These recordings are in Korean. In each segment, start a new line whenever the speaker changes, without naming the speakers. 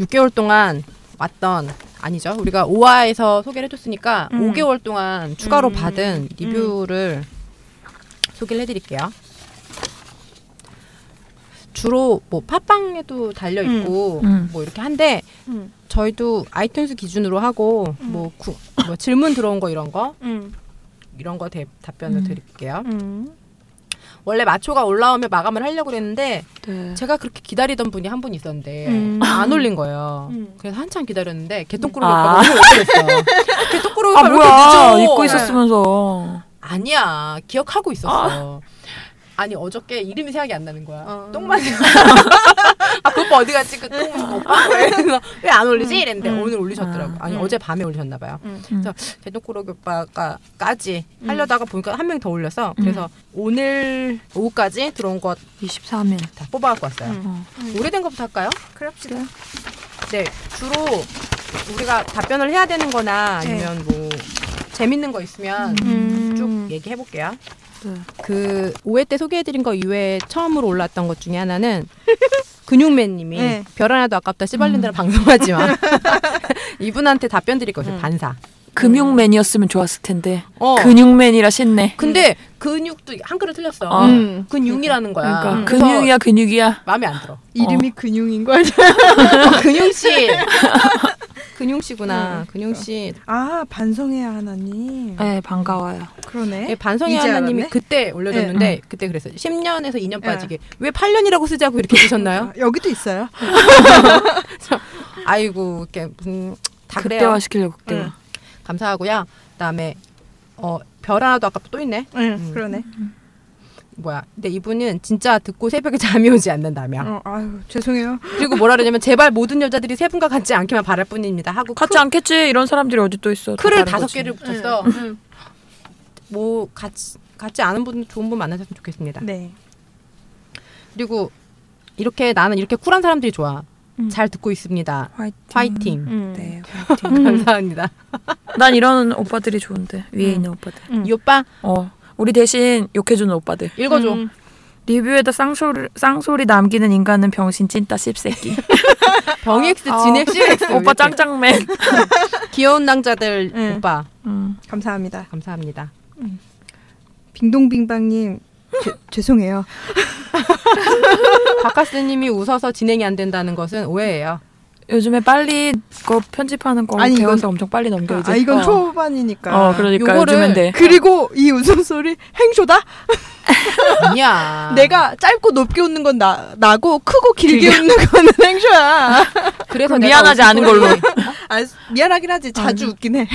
6개월 동안 왔던 아니죠. 우리가 5화에서 소개를 해줬으니까
음.
5개월 동안 추가로
음.
받은 리뷰를 소개를 해드릴게요. 주로 뭐 팟빵에도 달려 있고
음.
뭐 이렇게 한데
음.
저희도 아이튠스 기준으로 하고
음.
뭐, 구- 뭐 질문 들어온 거 이런 거
음.
이런 거 대- 답변을
음.
드릴게요.
음.
원래 마초가 올라오면 마감을 하려고 그랬는데
네.
제가 그렇게 기다리던 분이 한 분 있었는데
음.
안 올린 거예요.
음.
그래서 한참 기다렸는데 개똥꾸러기
아.
오빠가 너무 못했어. 개똥꾸러기
아
오빠 왜
뭐야
이렇게 늦어?
잊고
네.
있었으면서
아니야 기억하고 있었어. 아. 니 어저께 이름이 생각이 안 나는 거야.
어.
똥만 아그 오빠 어디 갔지? 그똥 오빠 왜 안 올리지? 이랬는데
음.
오늘 올리셨더라고.
아.
아니
음.
어제 밤에 올리셨나 봐요.
음.
개똥꾸러기 오빠가까지
음.
하려다가 보니까 한 명 더 올렸어. 그래서 오늘 오후까지 들어온 것 다
23일
뽑아갖고 왔어요.
음.
어.
오래된 것부터 할까요?
그럽시다.
네, 주로 우리가 답변을 해야 되는 거나
네.
아니면 뭐 재밌는 거 있으면
음.
쭉
어.
얘기해 볼게요.
네.
그 5회 때 소개해드린 거 이외에 처음으로 올랐던 것 중에 하나는 근육맨님이
네. 음.
별 하나도 아깝다 씨발린다는 방송하지 마. 이분한테 답변 드릴
음.
거예요. 반사.
금융맨이었으면 좋았을 텐데
어.
근육맨이라 신네
근데 근육도 한글을 틀렸어.
어.
음.
근육이라는 거야.
그러니까
음. 그래서
근육이야 근육이야
마음에 안 들어.
이름이 근육인 거 아니야?
근육 씨. 근육 씨구나. 근육 씨.
아 반성해야 하나님.
네 반가워요
그러네.
예, 반성의
이제
하나님이
알았네?
그때 올려줬는데 그때 그랬어. 요 10년에서 2년 빠지게 왜 8년이라고 쓰자고 이렇게
아,
쓰셨나요?
여기도 있어요.
아이고 이렇게 음, 다 그래요.
극대화 시키려고 극대화
응.
감사하고요. 그다음에 어, 별 하나도 아까 또 있네.
응,
음.
그러네.
뭐야? 근데 이분은 진짜 듣고 새벽에 잠이 오지 않는다며.
어, 아유 죄송해요.
그리고 뭐라 그러냐면 제발 모든 여자들이 세 분과 같지 않기만 바랄 뿐입니다. 하고
같지 않겠지 이런 사람들이 어디 또 있어 다
크를
다른
다섯
거지.
개를 붙였어. 뭐 같이 같지 않은 분 좋은 분 만나셨으면 좋겠습니다.
네.
그리고 이렇게 나는 이렇게 쿨한 사람들이 좋아.
음.
잘 듣고 있습니다.
화이팅
파이팅.
음.
네
감사합니다.
난 이런 오빠들이 좋은데 위에
음.
있는 오빠들
음.
이 오빠
어 우리 대신 욕해주는 오빠들
읽어줘.
음.
리뷰에다 쌍소리, 쌍소리 남기는 인간은 병신 찐따 씹새끼
병엑스
아.
진엑 CX
오빠 짱짱맨
귀여운 남자들
응.
오빠
음.
감사합니다.
감사합니다.
빙동빙방님 죄- 죄송해요.
박카스님이 웃어서 진행이 안 된다는 것은 오해예요.
요즘에 빨리 거 편집하는 거
아니,
배워서
이건-
엄청 빨리 넘겨 이제
아 이건
어.
초반이니까.
어 그러니까
요거를-
요즘엔 돼
그리고 이 웃음소리 행쇼다?
아니야.
내가 짧고 높게 웃는 건 나, 나고 크고 길게 웃는 거는 행쇼야.
그래서
그럼
내가
미안하지
웃음
않은
소리-
걸로.
아, 미안하긴 하지 자주 웃긴 해.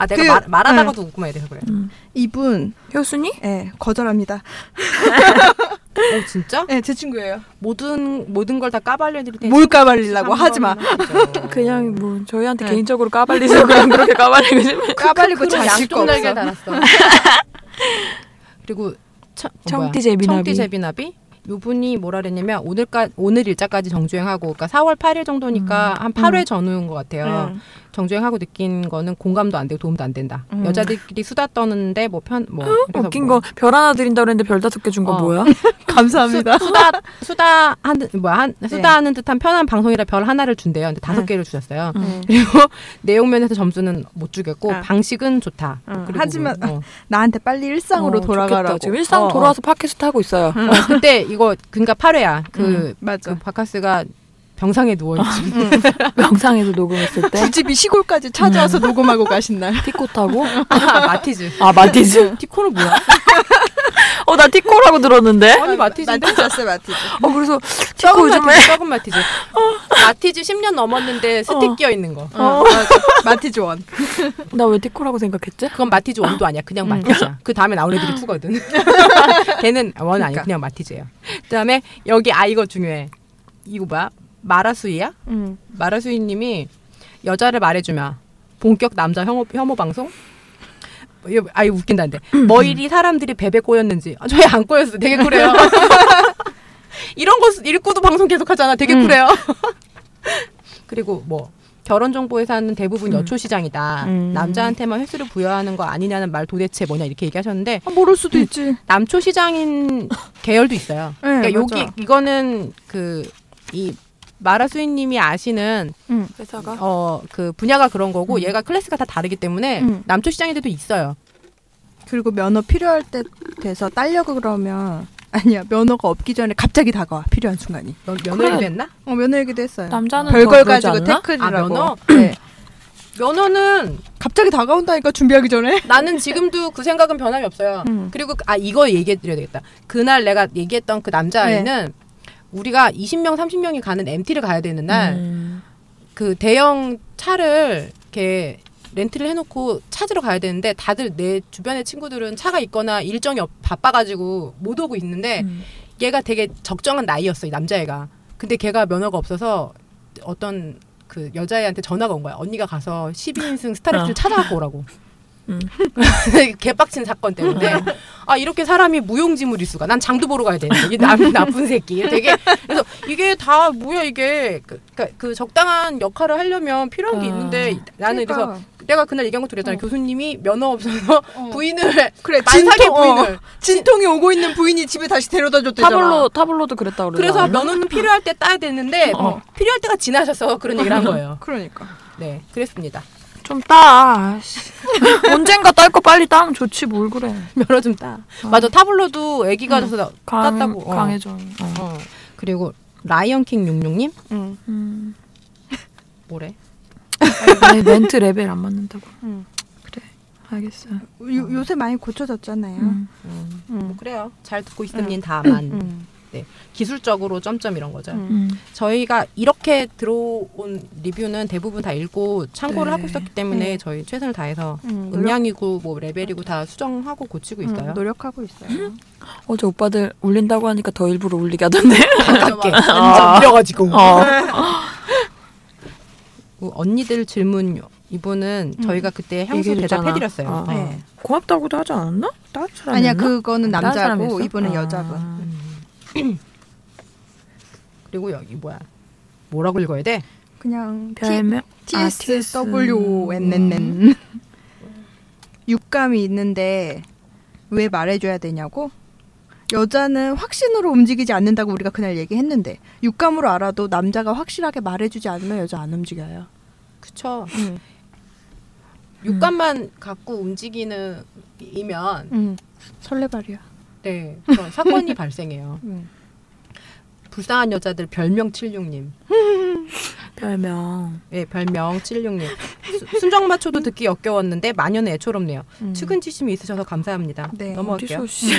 아 내가
그-
말, 말하다가도
네.
웃고 말이 돼서 그래.
음.
이분
효순이?
예, 거절합니다.
어 진짜?
예, 제 친구예요.
모든 모든 걸 다 까발려드릴 테니
뭘
아,
까발리려고 아, 하지
그
마.
그냥 뭐 저희한테
음. 네.
개인적으로 까발리서 그런 그렇게 까발리고 싶어요
까발리고
아, 그런
자식 거
양쪽 날개
없어.
달았어. 그리고 처, 어,
청띠
뭐야?
제비나비.
청띠 제비나비. 요분이 뭐라 그랬냐면 오늘까 오늘 일자까지 정주행하고 그러니까 4월 8일 정도니까 한 8회 전후인 것 같아요.
음.
정주행하고 느낀 거는 공감도 안 되고 도움도 안 된다.
음.
여자들끼리 수다 떠는데 뭐 편 뭐
웃긴 거 별 하나 드린다 그랬는데 별 다섯 개 준 거
어.
뭐야?
감사합니다.
수다 수다 하는 뭐야 한,
네.
수다 하는 듯한 편한 방송이라 별 하나를 준대요. 근데 다섯
음.
개를 주셨어요.
음.
그리고 내용 면에서 점수는 못 주겠고
아.
방식은 좋다.
음.
그리고
하지만-
뭐, 어.
나한테 빨리 일상으로
어,
돌아가라고.
좋겠다. 지금 일상
어, 음. 어.
돌아와서 팟캐스트 하고 있어요.
어, 그때 이거 그러니까 8회야. 그,
음, 맞아.
그 바카스가 병상에 누워 있지.
영상에서 녹음했을 때
굳이 이 시골까지 찾아와서 녹음하고 가신 날.
티코타고
음.
아, 마티즈.
아 마티즈.
티코는 뭐야?
어 나 티코라고 들었는데.
아니 마티즈인데.
마티즈였어요, 어, 마티즈.
어 그래서
썩은
티코 요즘에
마티즈, 썩은 마티즈. 마티즈 10년 넘었는데 스틱
어.
끼어 그 있는 거.
어, 맞아. 마티즈 원.
나 왜 티코라고 생각했지?
그건 마티즈 원도 아니야. 그냥 마티즈야. 그 다음에 나올 애들이 투거든. 걔는 원 아니야.
그러니까.
그냥 마티즈예요. 그다음에 여기 아 이거 중요해. 이거 뭐야? 마라수이야?
음.
마라수이님이 여자를 말해주며 본격 남자 혐오, 혐오 방송? 뭐 이거- 아이 웃긴다는데 뭐 이리 사람들이 베베 꼬였는지 아, 저희 안 꼬였어 되게 쿨해요 이런 거 쓰- 읽고도 방송 계속하잖아 되게 쿨해요 그리고 뭐 결혼 정보회사는 대부분 여초 시장이다
음.
남자한테만 횟수를 부여하는 거 아니냐는 말 도대체 뭐냐 이렇게 얘기하셨는데
아, 모를 수도 있지.
남초 시장인 계열도 있어요
네,
그러니까 여기
맞아.
이거는 그 이 마라수인님이 아시는
음.
회사가
어 그 분야가 그런 거고
음.
얘가 클래스가 다 다르기 때문에
음.
남초 시장에도 있어요.
그리고 면허 필요할 때 돼서 딸려고 그러면 아니야 면허가 없기 전에 갑자기 다가와 필요한 순간이.
넌 면허를
그래.
냈나?
어 면허 얘기도 했어요.
남자는
별걸
더 그러지
가지고
않나?
아
태클이라고.
면허?
네.
면허는
갑자기 다가온다니까 준비하기 전에.
나는 지금도 그 생각은 변함이 없어요.
음.
그리고 그- 아 이거 얘기해 드려야 되겠다. 그날 내가 얘기했던 그 남자아이는
네.
우리가 20명 30명이 가는 MT를 가야 되는 날
네.
그
음.
대형 차를 이렇게 렌트를 해놓고 찾으러 가야 되는데 다들 내 주변의 친구들은 차가 있거나 일정이 없- 바빠가지고 못 오고 있는데
음.
얘가 되게 적정한 나이였어 이 남자애가 근데 걔가 면허가 없어서 어떤 그 여자애한테 전화가 온 거야 언니가 가서 12인승 스타렉스를
어.
찾아갖고 오라고
음.
개빡친 사건 때문에 아 이렇게 사람이 무용지물일 수가 난 장도 보러 가야 되는데 이 남, 나쁜 새끼 되게 그래서 이게 다 뭐야 이게 그, 그러니까 그 적당한 역할을 하려면 필요한 게
아.
있는데 나는 그래서
그러니까.
내가 그날 얘기한 것도 그랬잖아 교수님이 면허 없어서
어.
부인을
그래
만삭의
진통
부인을
어, 진통이 오고 있는 부인이 집에 다시 데려다 줬대잖아.
타블로 타블로도 그랬다 그러잖아.
그래서 면허는 필요할 때 따야 되는데
어.
필요할 때가 지나셔서 그런 얘기를 한 거예요.
그러니까.
네, 그랬습니다.
좀 따. 아이씨. 언젠가 딸 거 빨리 따면 좋지 뭘 그래.
면허 좀 따. 어. 맞아, 타블로도 애기가 져서 나-
강,
땄다고. 어.
강해져. 어.
어. 그리고 라이언킹 66님
응.
음.
뭐래?
아니, 멘트 레벨 안 맞는다고.
응.
그래. 알겠어요.
요, 요새 많이 고쳐졌잖아요.
음.
음,
음.
뭐 그래요. 잘 듣고 있으면 다만
음.
기술적으로 점점 이런 거죠.
음.
음.
저희가 이렇게 들어온 리뷰는 대부분 다 읽고 참고를
네.
하고 있었기 때문에
네.
저희 최선을 다해서
음, 노력-
음량이고 뭐 레벨이고 다 수정하고 고치고 있어요.
음, 노력하고 있어요.
어제 오빠들 울린다고 하니까 더 일부러 울리게 하던데.
가깝게
아.
밀어가지고.
어.
그 언니들 질문 이분은
음.
저희가 그때 향수
얘기해줬잖아.
대답해드렸어요.
아, 아.
네.
고맙다고도 하지 않았나? 다른 사람
아니야 그거는
다른 사람이
남자고
있어?
이분은
아.
여자분.
그리고 여기 뭐야? 뭐라고 읽어야 돼?
그냥
별명
T
아,
S W N N N 육감이 있는데 왜 말해줘야 되냐고? 여자는 확신으로 움직이지 않는다고 우리가 그날 얘기했는데 육감으로 알아도 남자가 확실하게 말해주지 않으면 여자 안 움직여요.
그쵸.
음.
육감만 갖고 움직이는 이면
음. 설레발이야.
네 그런 사건이 발생해요.
음.
불쌍한 여자들 별명 76님.
별명
네 별명 76님. 수- 순정마초도 듣기 역겨웠는데 마녀는 애처롭네요.
음.
측은지심이 있으셔서 감사합니다.
네,
넘어갈게요. 음.
어디서 씨.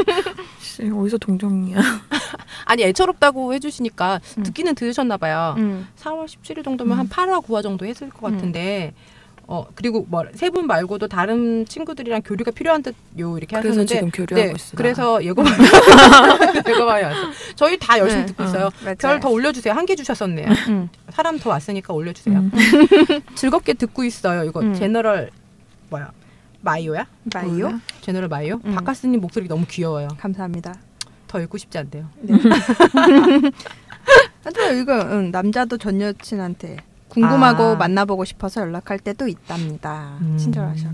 씨 어디서 동정이야?
아니 애처롭다고 해주시니까
음.
듣기는 들으셨나 봐요.
음.
4월 17일 정도면 한
음.
8화 9화 정도 했을 것
음.
같은데 어 그리고 뭐세 분 말고도 다른 친구들이랑 교류가 필요한 듯요 이렇게
그래서
하셨는데
지금 교류하고
네,
있어.
그래서 예고만 예고만이 왔어. 저희 다 열심히
네,
듣고
어.
있어요. 별 더 올려주세요. 한 개 주셨었네요.
음.
사람 더 왔으니까 올려주세요.
음.
즐겁게 듣고 있어요. 이거
음.
제너럴 뭐야 마이오야?
바이오.
제너럴 마이오?
음.
박카스님 목소리 너무 귀여워요.
감사합니다.
더 읽고 싶지 않대요.
네. 하여튼 이거 응, 남자도 전 여친한테 궁금하고
아.
만나보고 싶어서 연락할 때도 있답니다.
음.
친절하셔라.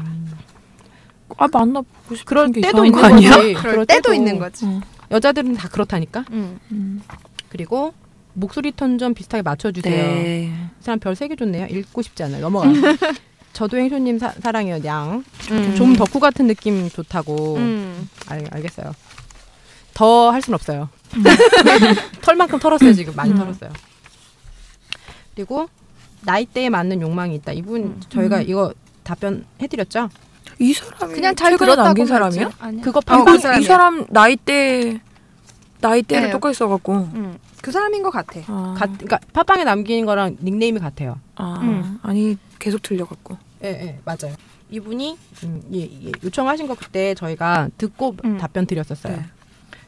아 만나보고 싶은
그럴
게
때도
이상한
있는
거 아니야?
거지.
네, 그럴, 때도 음. 있는 거지.
응.
여자들은 다 그렇다니까.
음.
음.
그리고 목소리 톤 좀 비슷하게 맞춰주세요.
네.
이 사람 별 세 개 줬네요. 읽고 싶지 않아요. 넘어가요. 저도 행쇼님 사, 사랑해요. 양. 좀 덕후 같은 느낌 좋다고.
음.
알, 알겠어요. 더 할 순 없어요. 털만큼 털었어요. 지금 많이
음.
털었어요. 그리고 나이대에 맞는 욕망이 있다. 이분 저희가
음.
이거 답변해드렸죠?
이 사람이
그냥 잘
최근에
들었다고
남긴 사람이야?
아니야.
그거
어,
방금
그
이,
사람이야.
이 사람 나이대 나이대를
네.
똑같이 써갖고.
음. 그 사람인 것 같아.
아,
같, 그러니까 팟빵에 남긴 거랑 닉네임이 같아요.
아
음.
아니 계속 들려갖고.
예, 예, 맞아요. 이분이 음, 예, 예, 요청하신 거 그때 저희가 듣고
음.
답변 드렸었어요.
네.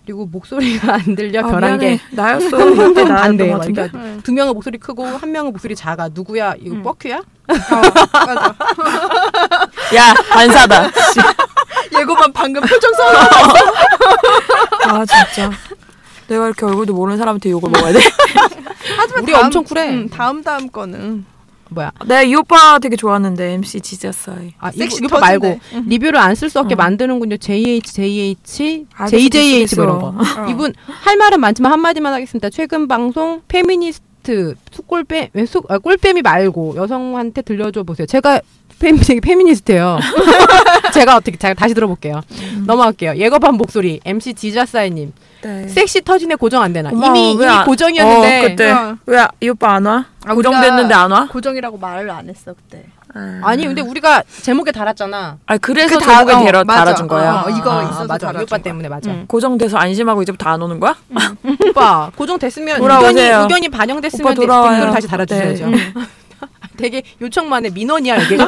그리고 목소리가 안 들려
아,
변한
미안해.
게
나였어. 그때 나였던
돼요.
것 같은데.
그러니까 두 명은 목소리 크고 한 명은 목소리 작아. 누구야? 이거
음.
뻑큐야?
어, 맞아.
야 반사다. 씨.
예고만 방금 표정 써.
아 진짜. 내가 이렇게 얼굴도 모르는 사람한테 욕을 먹어야 돼.
하지만
우리 엄청 쿨해.
음, 다음 다음 거는
뭐야?
내가 네, 이 오빠 되게 좋아하는데 MC 지자사이.
아, 이거,
섹시
이거
터진대.
말고 리뷰를 안 쓸 수 없게
음.
만드는군요. JH, JH,
아,
JJH 뭐 이런 거.
어.
이분 할 말은 많지만 한 마디만 하겠습니다. 최근 방송 페미니스트 팟캐스트 숙골뱀 왜 숙, 아, 꿀뱀이 말고 여성한테 들려줘 보세요. 제가 페미, 되게 페미니스트예요. 제가 어떻게 제가 다시 들어볼게요. 넘어갈게요. 예거밤 목소리 MC 지자사이님
네.
섹시 터진에 고정 안 되나?
고마워.
이미 이미
왜 안-
고정이었는데
어, 그때
어.
왜 이 오빠 안 와?
아,
고정됐는데
우리가
안 와?
고정이라고 말을 안 했어 그때.
아니 근데 우리가 제목에 달았잖아.
아 그래서
그 다-
제목에
어,
데려,
맞아.
달아준 거야.
어, 이거
아,
있어서
맞아. 이
달아준
오빠
거야.
때문에 맞아.
응.
고정돼서 안심하고 이제부터 안 오는 거야?
음.
오빠 고정 됐으면
돌아오세요.
의견이, 의견이 반영됐으면
오빠 돌아와요.
댓글을 다시 달아주셔야죠. 음.
네.
되게 요청만에 민원이야 이게.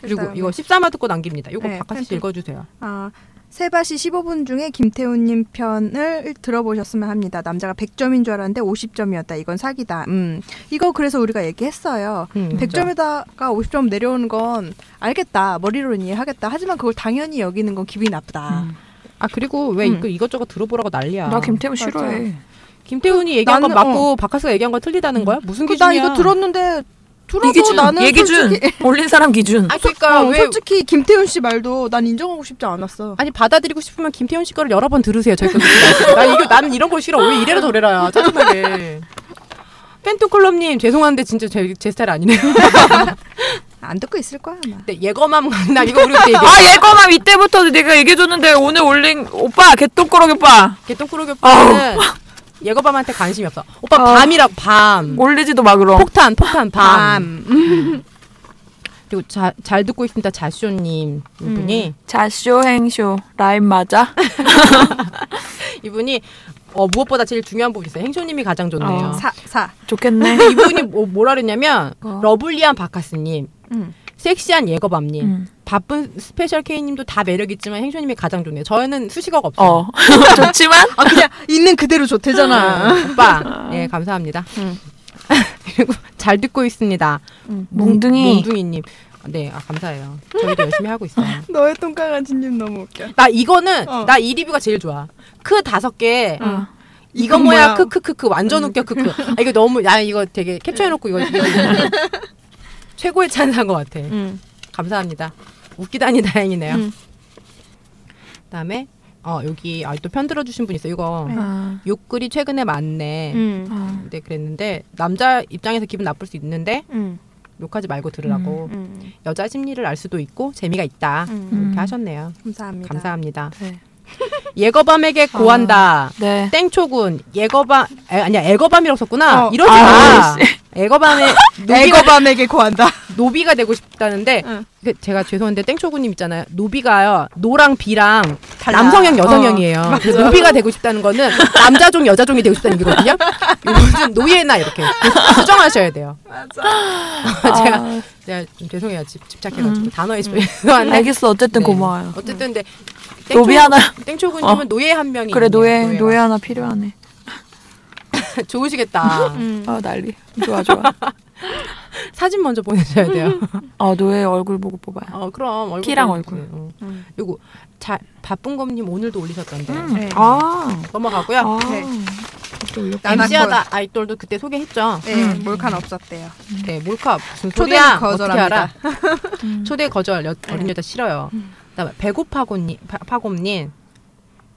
그리고 이거 13화 듣고 남깁니다. 이거
네,
바깥에서
팬클.
읽어주세요.
아, 세바시 15분 중에 김태훈님 편을 들어보셨으면 합니다. 남자가 100점인 줄 알았는데 50점이었다. 이건 사기다. 음, 이거 그래서 우리가 얘기했어요.
음,
100점에다가 50점 내려오는 건 알겠다. 머리로는 이해하겠다. 하지만 그걸 당연히 여기는 건 기분이 나쁘다.
음.
아 그리고 왜
음.
이거 이것저것 들어보라고 난리야.
나 김태훈
맞아.
싫어해.
김태훈이 얘기한 건
나는- 어.
맞고 박하스가 얘기한 건 틀리다는 거야? 무슨
그, 나
기준이야?
이거 들었는데 들어도
기준,
나는
얘기준,
솔직히,
올린 사람 기준.
아 그러니까
어,
왜
솔직히 김태훈 씨 말도 난 인정하고 싶지 않았어.
아니 받아들이고 싶으면 김태훈 씨 거를 여러 번 들으세요. 저희 거나 이거 나는 이런 걸 싫어. 왜 이래라 저래라야. 짜증나게. 팬투클럽님 죄송한데 진짜 제, 제 스타일 아니네요.
안 듣고 있을 거야 아마.
근데 예거맘 강남 이거 우리 그때 얘기.
아 예거맘 이때부터 내가 얘기해줬는데 오늘 올린 오빠 개똥꾸러기 오빠
개똥꾸러기 오빠는 예거밤한테 관심이 없어. 오빠
어.
밤이라고 밤.
올리지도 마 그럼.
폭탄 폭탄 밤. 음.
밤.
그리고 자, 잘 듣고 있습니다. 자쇼님 이분이
자쇼 행쇼 라임 맞아?
이분이 어, 무엇보다 제일 중요한 부분 있어요. 행쇼님이 가장 좋네요.
어.
사 사.
좋겠네.
이분이 뭐, 뭐라 그랬냐면
어.
러블리한 바카스님,
음.
섹시한 예거밤님,
음.
바쁜 스페셜 K님도 다 매력 있지만 행쇼님이 가장 좋네요. 저희는 수식어가 없어요.
어 좋지만
아 그냥 있는 그대로 좋대잖아.
오빠, 예 감사합니다.
음.
그리고 잘 듣고 있습니다.
음.
몽-
몽둥이.
몽둥이님, 네, 아, 감사해요. 저희도 열심히 하고 있어요.
너의 똥강한 진님 너무 웃겨.
나 이거는
어.
나 이 리뷰가 제일 좋아. 크 다섯 개.
어.
이거
이건
뭐야
뭐야?
크크크크 완전 웃겨 크크. 아, 이거 너무 나 이거 되게 캡처해놓고 이거, 이거 최고의 찬사인 것 같아. 감사합니다. 웃기다니 다행이네요.
음.
그다음에 어 여기 아, 또 편 들어주신 분 있어. 요 이거
네.
아,
욕글이 최근에 많네.
음.
아.
근데 그랬는데 남자 입장에서 기분 나쁠 수 있는데
음.
욕하지 말고 들으라고
음.
여자 심리를 알 수도 있고 재미가 있다
음.
이렇게
음.
하셨네요.
감사합니다. 아.
감사합니다.
네.
예거밤에게 고한다.
네.
땡초군 예거밤 에, 아니야 애거밤이라고 썼구나
어.
이러지
아,
마 애거밤에 노비가,
애거밤에게 고한다.
노비가 되고 싶다는데
응.
그 제가 죄송한데 땡초군님 있잖아요 노비가요 노랑 비랑
달라.
남성형
어.
여성형이에요 그래서 노비가 되고 싶다는 거는 남자종 여자종이 되고 싶다는 얘기거든요 이거는 노예나 이렇게 수정하셔야 돼요
맞아.
제가
아, 음.
제가 좀 죄송해요 집, 집착해가지고 단어에 좀 죄송한데
알겠어. 어쨌든
네.
고마워요. 음.
어쨌든 근데 땡초-
노비 하나
땡초군님은 노예 한 명이
그래
있네요,
노예
노예가.
노예 하나 필요하네.
좋으시겠다
음.
아 난리. 좋아 좋아.
사진 먼저 보내셔야 돼요
어 노예 얼굴 보고 뽑아요.
어 그럼 얼굴
키랑
보여주세요.
얼굴.
어.
음.
요거 자 바쁜 검님 오늘도 올리셨던데
음.
네.
아.
넘어가고요.
아.
네.
또 올렸구나.
나는
MC하다 아이돌도 그때 소개했죠.
네,
음.
몰칸 없었대요.
네 몰카 무슨
초대는
소리야 어떻게
거절합니다.
알아?
음.
초대 거절 여, 어린 여자 싫어요. 그다음에 배고파고님 파- 파곰님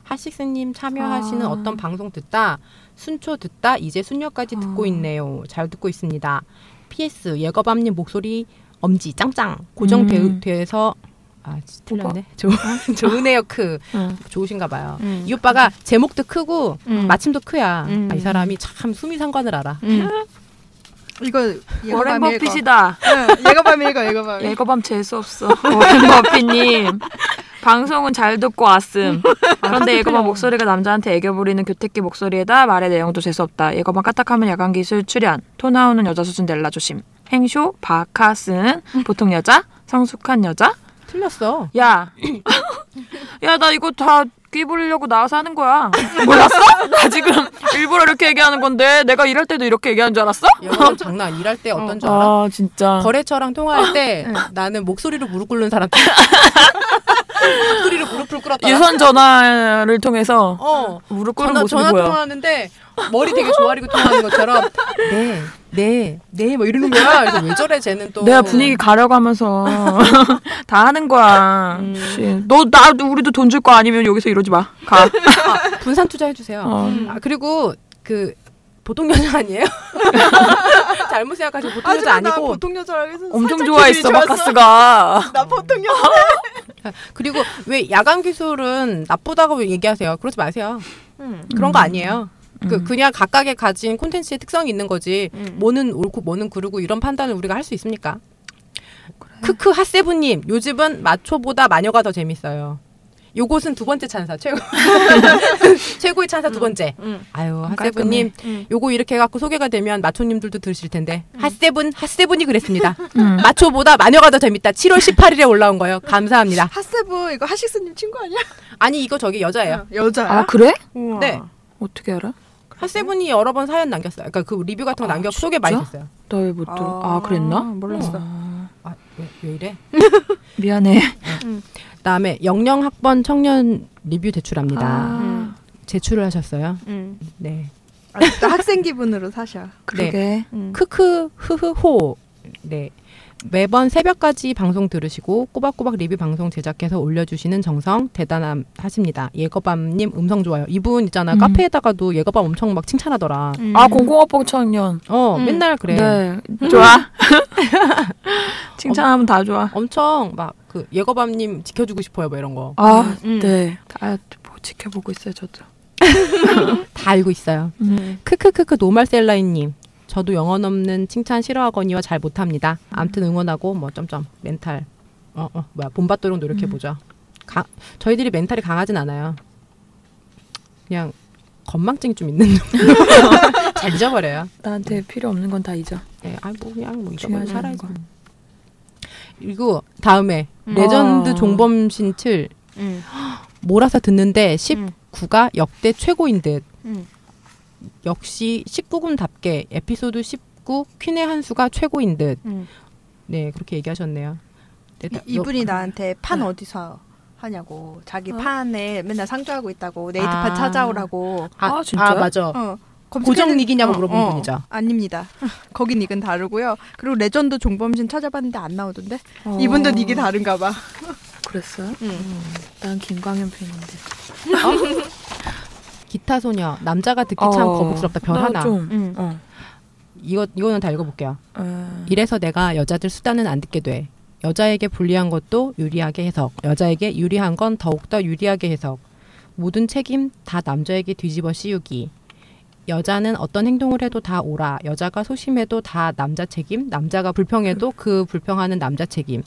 하식스님 참여하시는
아.
어떤 방송 듣다 순초 듣다 이제 순녀까지 듣고
아.
있네요. 잘 듣고 있습니다. P.S. 예거밤님 목소리 엄지 짱짱 고정
음.
돼, 서아 진짜 틀렸네. 좋, 좋으네요 크
응.
좋으신가 봐요.
음.
이 오빠가 제목도 크고
음.
마침도 크야.
음.
아, 이 사람이 참 수미 상관을 알아.
음. 이거
워렌
예거밤 읽어.
버핏이다.
응, 예거밤 읽어. 예거밤. 읽어.
예거밤 재수 없어. 워렌 버핏님. 방송은 잘 듣고 왔음.
아,
그런데 예거밤 목소리가 남자한테 애교 부리는 교택기 목소리에다 말의 내용도 재수 없다. 예거밤 까딱하면 야간 기술 출연. 토 나오는 여자 수준 넬라 조심. 행쇼 바카스는 보통 여자 성숙한 여자.
틀렸어.
야, 야 나 이거 다 끼부리려고 나와서 하는 거야. 몰랐어? 나 지금 일부러 이렇게 얘기하는 건데 내가 일할 때도 이렇게 얘기하는 줄 알았어?
영어 장난 일할 때 어떤 줄 알아?
아 진짜.
거래처랑 통화할 때
어. 네.
나는 목소리로 무릎 꿇는 사람. 목소리로 무릎을 꿇었다.
유선 전화를 통해서
어.
무릎 꿇는
전화,
모습이
전화
보여.
통화하는데 머리 되게 조아리고 통화하는 것처럼 네, 네, 네 뭐 이러는 거야. 그래서 왜 저래 쟤는 또.
내가 분위기 가려고 하면서 다 하는 거야. 너 나 우리도 돈 줄 거 아니면 여기서 이러지 마. 가.
분산 투자해 주세요.
어.
아, 그리고 그 보통 여자 아니에요? 잘못 생각하시면 보통 여자
나
아니고
보통 여자라고 해서
엄청
살짝
좋아했어
기분이 좋았어.
마카스가.
나 보통
아.
여자.
그리고 왜 야간 기술은 나쁘다고 얘기하세요? 그러지 마세요.
음.
그런 거 아니에요. 그 그냥 각각의 가진 콘텐츠의 특성이 있는 거지.
음.
뭐는 옳고 뭐는 그르고 이런 판단을 우리가 할 수 있습니까? 크크 핫세븐님 요즘은 마초보다 마녀가 더 재밌어요. 요곳은 두 번째 찬사 최고 최고의 찬사 두 번째.
음.
아유 핫세븐님
음.
요거 이렇게 해갖고 소개가 되면 마초님들도 들으실 텐데 핫세븐 핫세븐이 그랬습니다.
음.
마초보다 마녀가 더 재밌다. 7월 18일에 올라온 거예요. 감사합니다.
핫세브 이거 하식스님 친구 아니야?
아니 이거 저기 여자예요.
여자야.
아 그래?
우와.
네.
어떻게 알아?
핫세븐이 여러 번 사연 남겼어요. 그러니까 그 리뷰 같은 거 남겨 소개 많이
아, 진짜?
됐어요.
나 왜 못 들어? 아 그랬나?
몰랐어.
아,
아, 왜, 왜 이래?
미안해.
그다음에 영영 학번 청년 리뷰 제출합니다. 음.
아,
제출을 하셨어요.
음.
네.
아직도 학생 기분으로 사셔.
그러게.
음.
크크 흐흐호. 네. 매번 새벽까지 방송 들으시고 꼬박꼬박 리뷰 방송 제작해서 올려주시는 정성 대단하십니다. 예거밤님 음성 좋아요. 이분 있잖아
음.
카페에다가도 예거밤 엄청 막 칭찬하더라.
아 공공업봉 청년.
어
음.
맨날 그래.
네. 좋아. 칭찬하면 다 좋아.
엄청 막 그 예거밤님 지켜주고 싶어요 뭐 이런 거.
아,
음.
네. 다 뭐, 지켜보고 있어요, 저도.
다 알고 있어요.
음.
크크크크 노말셀라인님. 저도 영혼 없는 칭찬 싫어하거니와 잘 못합니다.
음.
암튼 응원하고 뭐 점점 멘탈 어, 어 뭐야 본받도록 노력해 보죠.
음.
가- 저희들이 멘탈이 강하진 않아요. 그냥 건망증이 좀 있는 잘 잊어버려요.
나한테 필요 없는 건 다 잊어.
예, 아뭐 그냥 뭐 잊어버려
중요하지 않은
살아야지.
건.
그리고 다음에
음.
레전드
어.
종범신 7
음.
몰아서 듣는데 19가 역대 최고인 듯.
음.
역시 19금답게 에피소드 19 퀸의 한 수가 최고인 듯.
음.
네 그렇게 얘기하셨네요. 네, 다-
이, 이분이
요-
나한테 판
네.
어디서 하냐고 자기
어?
판에 맨날 상주하고 있다고 네이트
아.
판 찾아오라고
아,
아, 진짜요?
아 맞아.
어,
고정 닉이냐고 물어본 분이죠.
아닙니다. 거기 닉은 다르고요. 그리고 레전드 종범신 찾아봤는데 안 나오던데
어.
이분도 닉이 다른가 봐.
그랬어요?
음.
난 김광현 팬인데.
기타 소녀 남자가 듣기 참 거북스럽다 별
어, 나
하나.
좀,
음.
어.
이거 이거는 다 읽어볼게요.
어.
이래서 내가 여자들 수다는 안 듣게 돼. 여자에게 불리한 것도 유리하게 해석. 여자에게 유리한 건 더욱더 유리하게 해석. 모든 책임 다 남자에게 뒤집어 씌우기. 여자는 어떤 행동을 해도 다 오라. 여자가 소심해도 다 남자 책임. 남자가 불평해도 그 불평하는 남자 책임.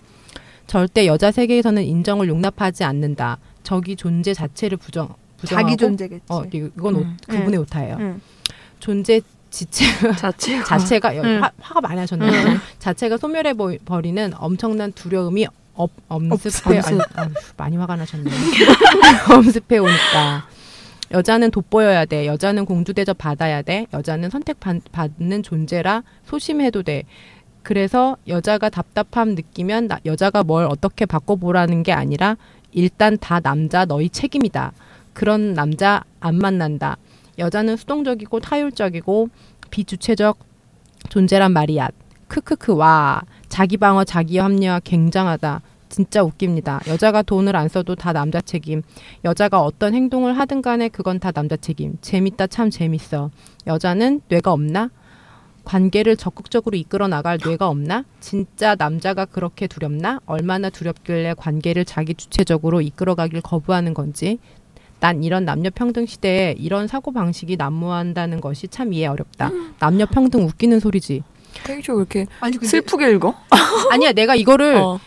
절대 여자 세계에서는 인정을 용납하지 않는다. 저기 존재 자체를 부정 부정하고
자기 존재겠지.
어 이- 이건 오-
음.
그분의 오타예요.
음.
존재 지체
자체.
자체가 여기
음.
화, 화가 많이 하셨네요. 자체가 소멸해 보- 버리는 엄청난 두려움이 업, 엄습해 아니, 아휴, 많이 화가 나셨네요. 엄습해 오니까 여자는 돋보여야 돼. 여자는 공주 대접 받아야 돼. 여자는 선택받는 존재라 소심해도 돼. 그래서 여자가 답답함 느끼면 나- 여자가 뭘 어떻게 바꿔보라는 게 아니라 일단 다 남자 너희 책임이다. 그런 남자 안 만난다. 여자는 수동적이고 타율적이고 비주체적 존재란 말이야. 크크크 와 자기 방어 자기 합리화 굉장하다. 진짜 웃깁니다. 여자가 돈을 안 써도 다 남자 책임. 여자가 어떤 행동을 하든 간에 그건 다 남자 책임. 재밌다 참 재밌어. 여자는 뇌가 없나? 관계를 적극적으로 이끌어 나갈 뇌가 없나? 진짜 남자가 그렇게 두렵나? 얼마나 두렵길래 관계를 자기 주체적으로 이끌어가길 거부하는 건지. 난 이런 남녀 평등 시대에 이런 사고 방식이 난무한다는 것이 참 이해 어렵다. 남녀 평등 웃기는 소리지.
되게 좀 이렇게
아니 근데
슬프게 읽어.
아니야, 내가 이거를
어.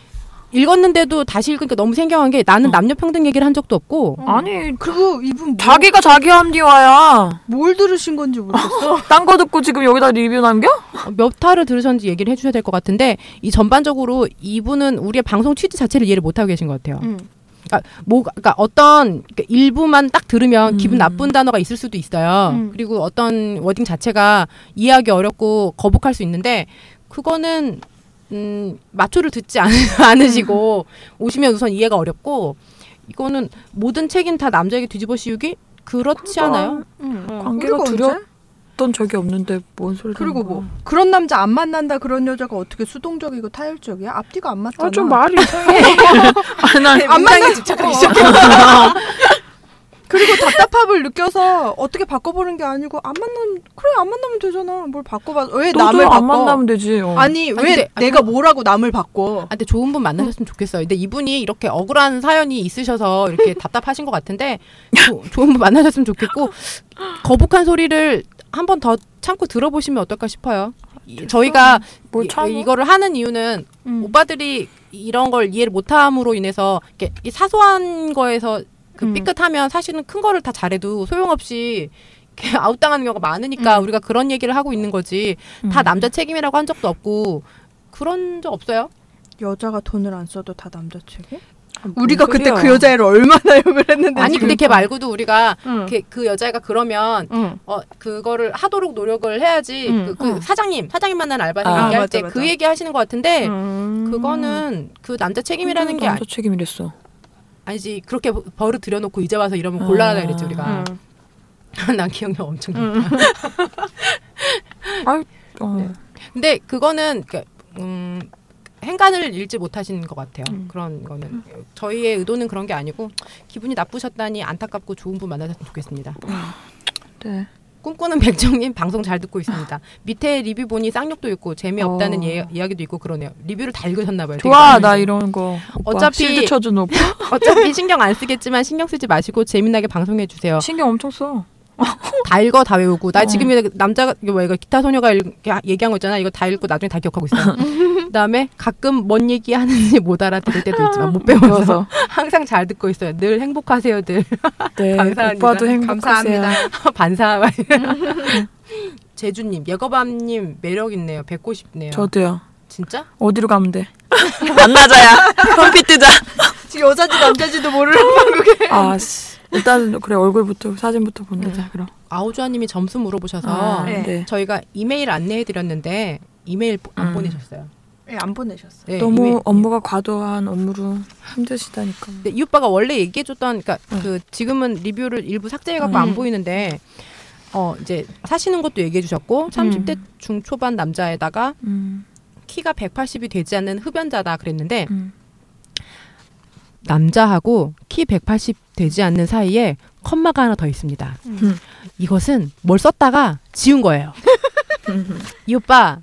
읽었는데도 다시 읽으니까 너무 생경한 게 나는
어.
남녀 평등 얘기를 한 적도 없고
아니,
그리고 이분 뭐,
자기가 자기 합리화야.
뭘 들으신 건지 모르겠어.
딴 거 듣고 지금 여기다 리뷰 남겨?
몇 타를 들으셨는지 얘기를 해주셔야 될 것 같은데 이 전반적으로 이분은 우리의 방송 취지 자체를 이해를 못하고 계신 것 같아요.
음.
뭐, 그러니까 어떤 그러니까 일부만 딱 들으면 기분
음.
나쁜 단어가 있을 수도 있어요.
음.
그리고 어떤 워딩 자체가 이해하기 어렵고 거북할 수 있는데 그거는 음, 마초를 듣지 않, 않으시고 오시면 우선 이해가 어렵고 이거는 모든 책임 다 남자에게 뒤집어 씌우기 그렇지
그럼.
않아요.
음.
관계가
그리고 언제?
두려웠던 적이 없는데 뭔 소리
그리고 뭐 그런 남자 안 만난다 그런 여자가 어떻게 수동적이고 타율적이야? 앞뒤가 안 맞잖아.
아좀 말이 이상해. 아, 난
안 만나 집착하기 시작. 그리고 답답함을 느껴서 어떻게 바꿔보는 게 아니고 안 만나면 그래 안 만나면 되잖아. 뭘 바꿔봐. 왜 남을
너도
바꿔?
안 만나면 되지. 어.
아니 왜
아니, 근데-
내가 뭐라고 남을 바꿔?
아, 근데 좋은 분 만나셨으면 좋겠어요. 근데 이분이 이렇게 억울한 사연이 있으셔서 이렇게 답답하신 것 같은데 조- 좋은 분 만나셨으면 좋겠고 거북한 소리를 한 번 더 참고 들어보시면 어떨까 싶어요. 이- 저희가
뭘
이-
참아?
이거를 하는 이유는
음.
오빠들이 이런 걸 이해를 못함으로 인해서 이렇게 이 사소한 거에서 그
음.
삐끗하면 사실은 큰 거를 다 잘해도 소용없이 이렇게 아웃당하는 경우가 많으니까 우리가 그런 얘기를 하고 있는 거지 다
음.
남자 책임이라고 한 적도 없고 그런 적 없어요?
여자가 돈을 안 써도 다 남자 책임?
뭔
우리가 그때
소리야.
그 여자애를 얼마나 욕을 했는데
아니
지금.
근데 걔 말고도 우리가
응.
걔, 그 여자애가 그러면
응.
어 그거를 하도록 노력을 해야지
음,
그, 그
어.
사장님 사장님 만난 알바생
아,
얘기할
맞아,
때
맞아.
그 얘기 하시는 것
네.
같은데
음.
그거는 그 남자
음,
책임이라는 게 아-
남자 책임이랬어.
아니, 지 그렇게 버- 버릇 들여놓고 이제 와서 이러면
아.
곤란하다 그랬지
응.
우리가
음.
난 기억력 엄청 좋아
응.
아유, 어.
네. 근데 그거는 그, 음 행간을 읽지 못하신 것 같아요
음.
그런 거는 저희의 의도는 그런 게 아니고 기분이 나쁘셨다니 안타깝고 좋은 분 만나셨으면 좋겠습니다
네.
꿈꾸는 백정님 방송 잘 듣고 있습니다. 밑에 리뷰 보니 쌍욕도 있고 재미없다는
어.
예, 이야기도 있고 그러네요. 리뷰를 다 읽으셨나 봐요. 되게
좋아,
많이
나
읽으셨-
이런 거. 오빠,
어차피-
실드 쳐준 오빠.
어차피 신경 안 쓰겠지만 신경 쓰지 마시고 재미나게 방송해 주세요.
신경 엄청 써.
다 읽어 다 외우고 나
어.
지금 이거 남자가 이거 뭐야 이거 기타 소녀가 읽, 얘기한 거 있잖아. 이거 다 읽고 나중에 다 기억하고 있어. 그다음에 가끔 뭔 얘기 하는지 못 알아들을 때도 있지만 못 배워서
배워서.
항상 잘 듣고 있어요. 늘 행복하세요들.
네.
감사합니다.
오빠도 행복하세요.
감사합니다.
반사. 제주님, 예거밤님 매력 있네요. 뵙고 싶네요.
저도요.
진짜?
어디로 가면 돼? 만나자야. 커피 뜨자.
지금 여자지 남자지도 모르는 한국에.
아, 씨. 일단은 그래 얼굴부터 사진부터 보내자. 그럼.
아우주아님이 점수 물어보셔서
아,
네.
네.
저희가 이메일 안내해 드렸는데 이메일 보- 안
음.
보내셨어요.
예, 안 보내셨어.
네,
너무
이메일-
업무가 과도한 업무로 힘드시다니까.
근데 이 오빠가 원래 얘기해 줬던 그러니까
음.
그 지금은 리뷰를 일부 삭제해 갖고
음.
안 보이는데 어 이제 사시는 것도 얘기해 주셨고 30대 중초반 남자에다가
음,
키가 180이 되지 않는 흡연자다 그랬는데
음.
남자하고 키 180 되지 않는 사이에 컴마가 하나 더 있습니다.
음.
이것은 뭘 썼다가 지운 거예요. 이 오빠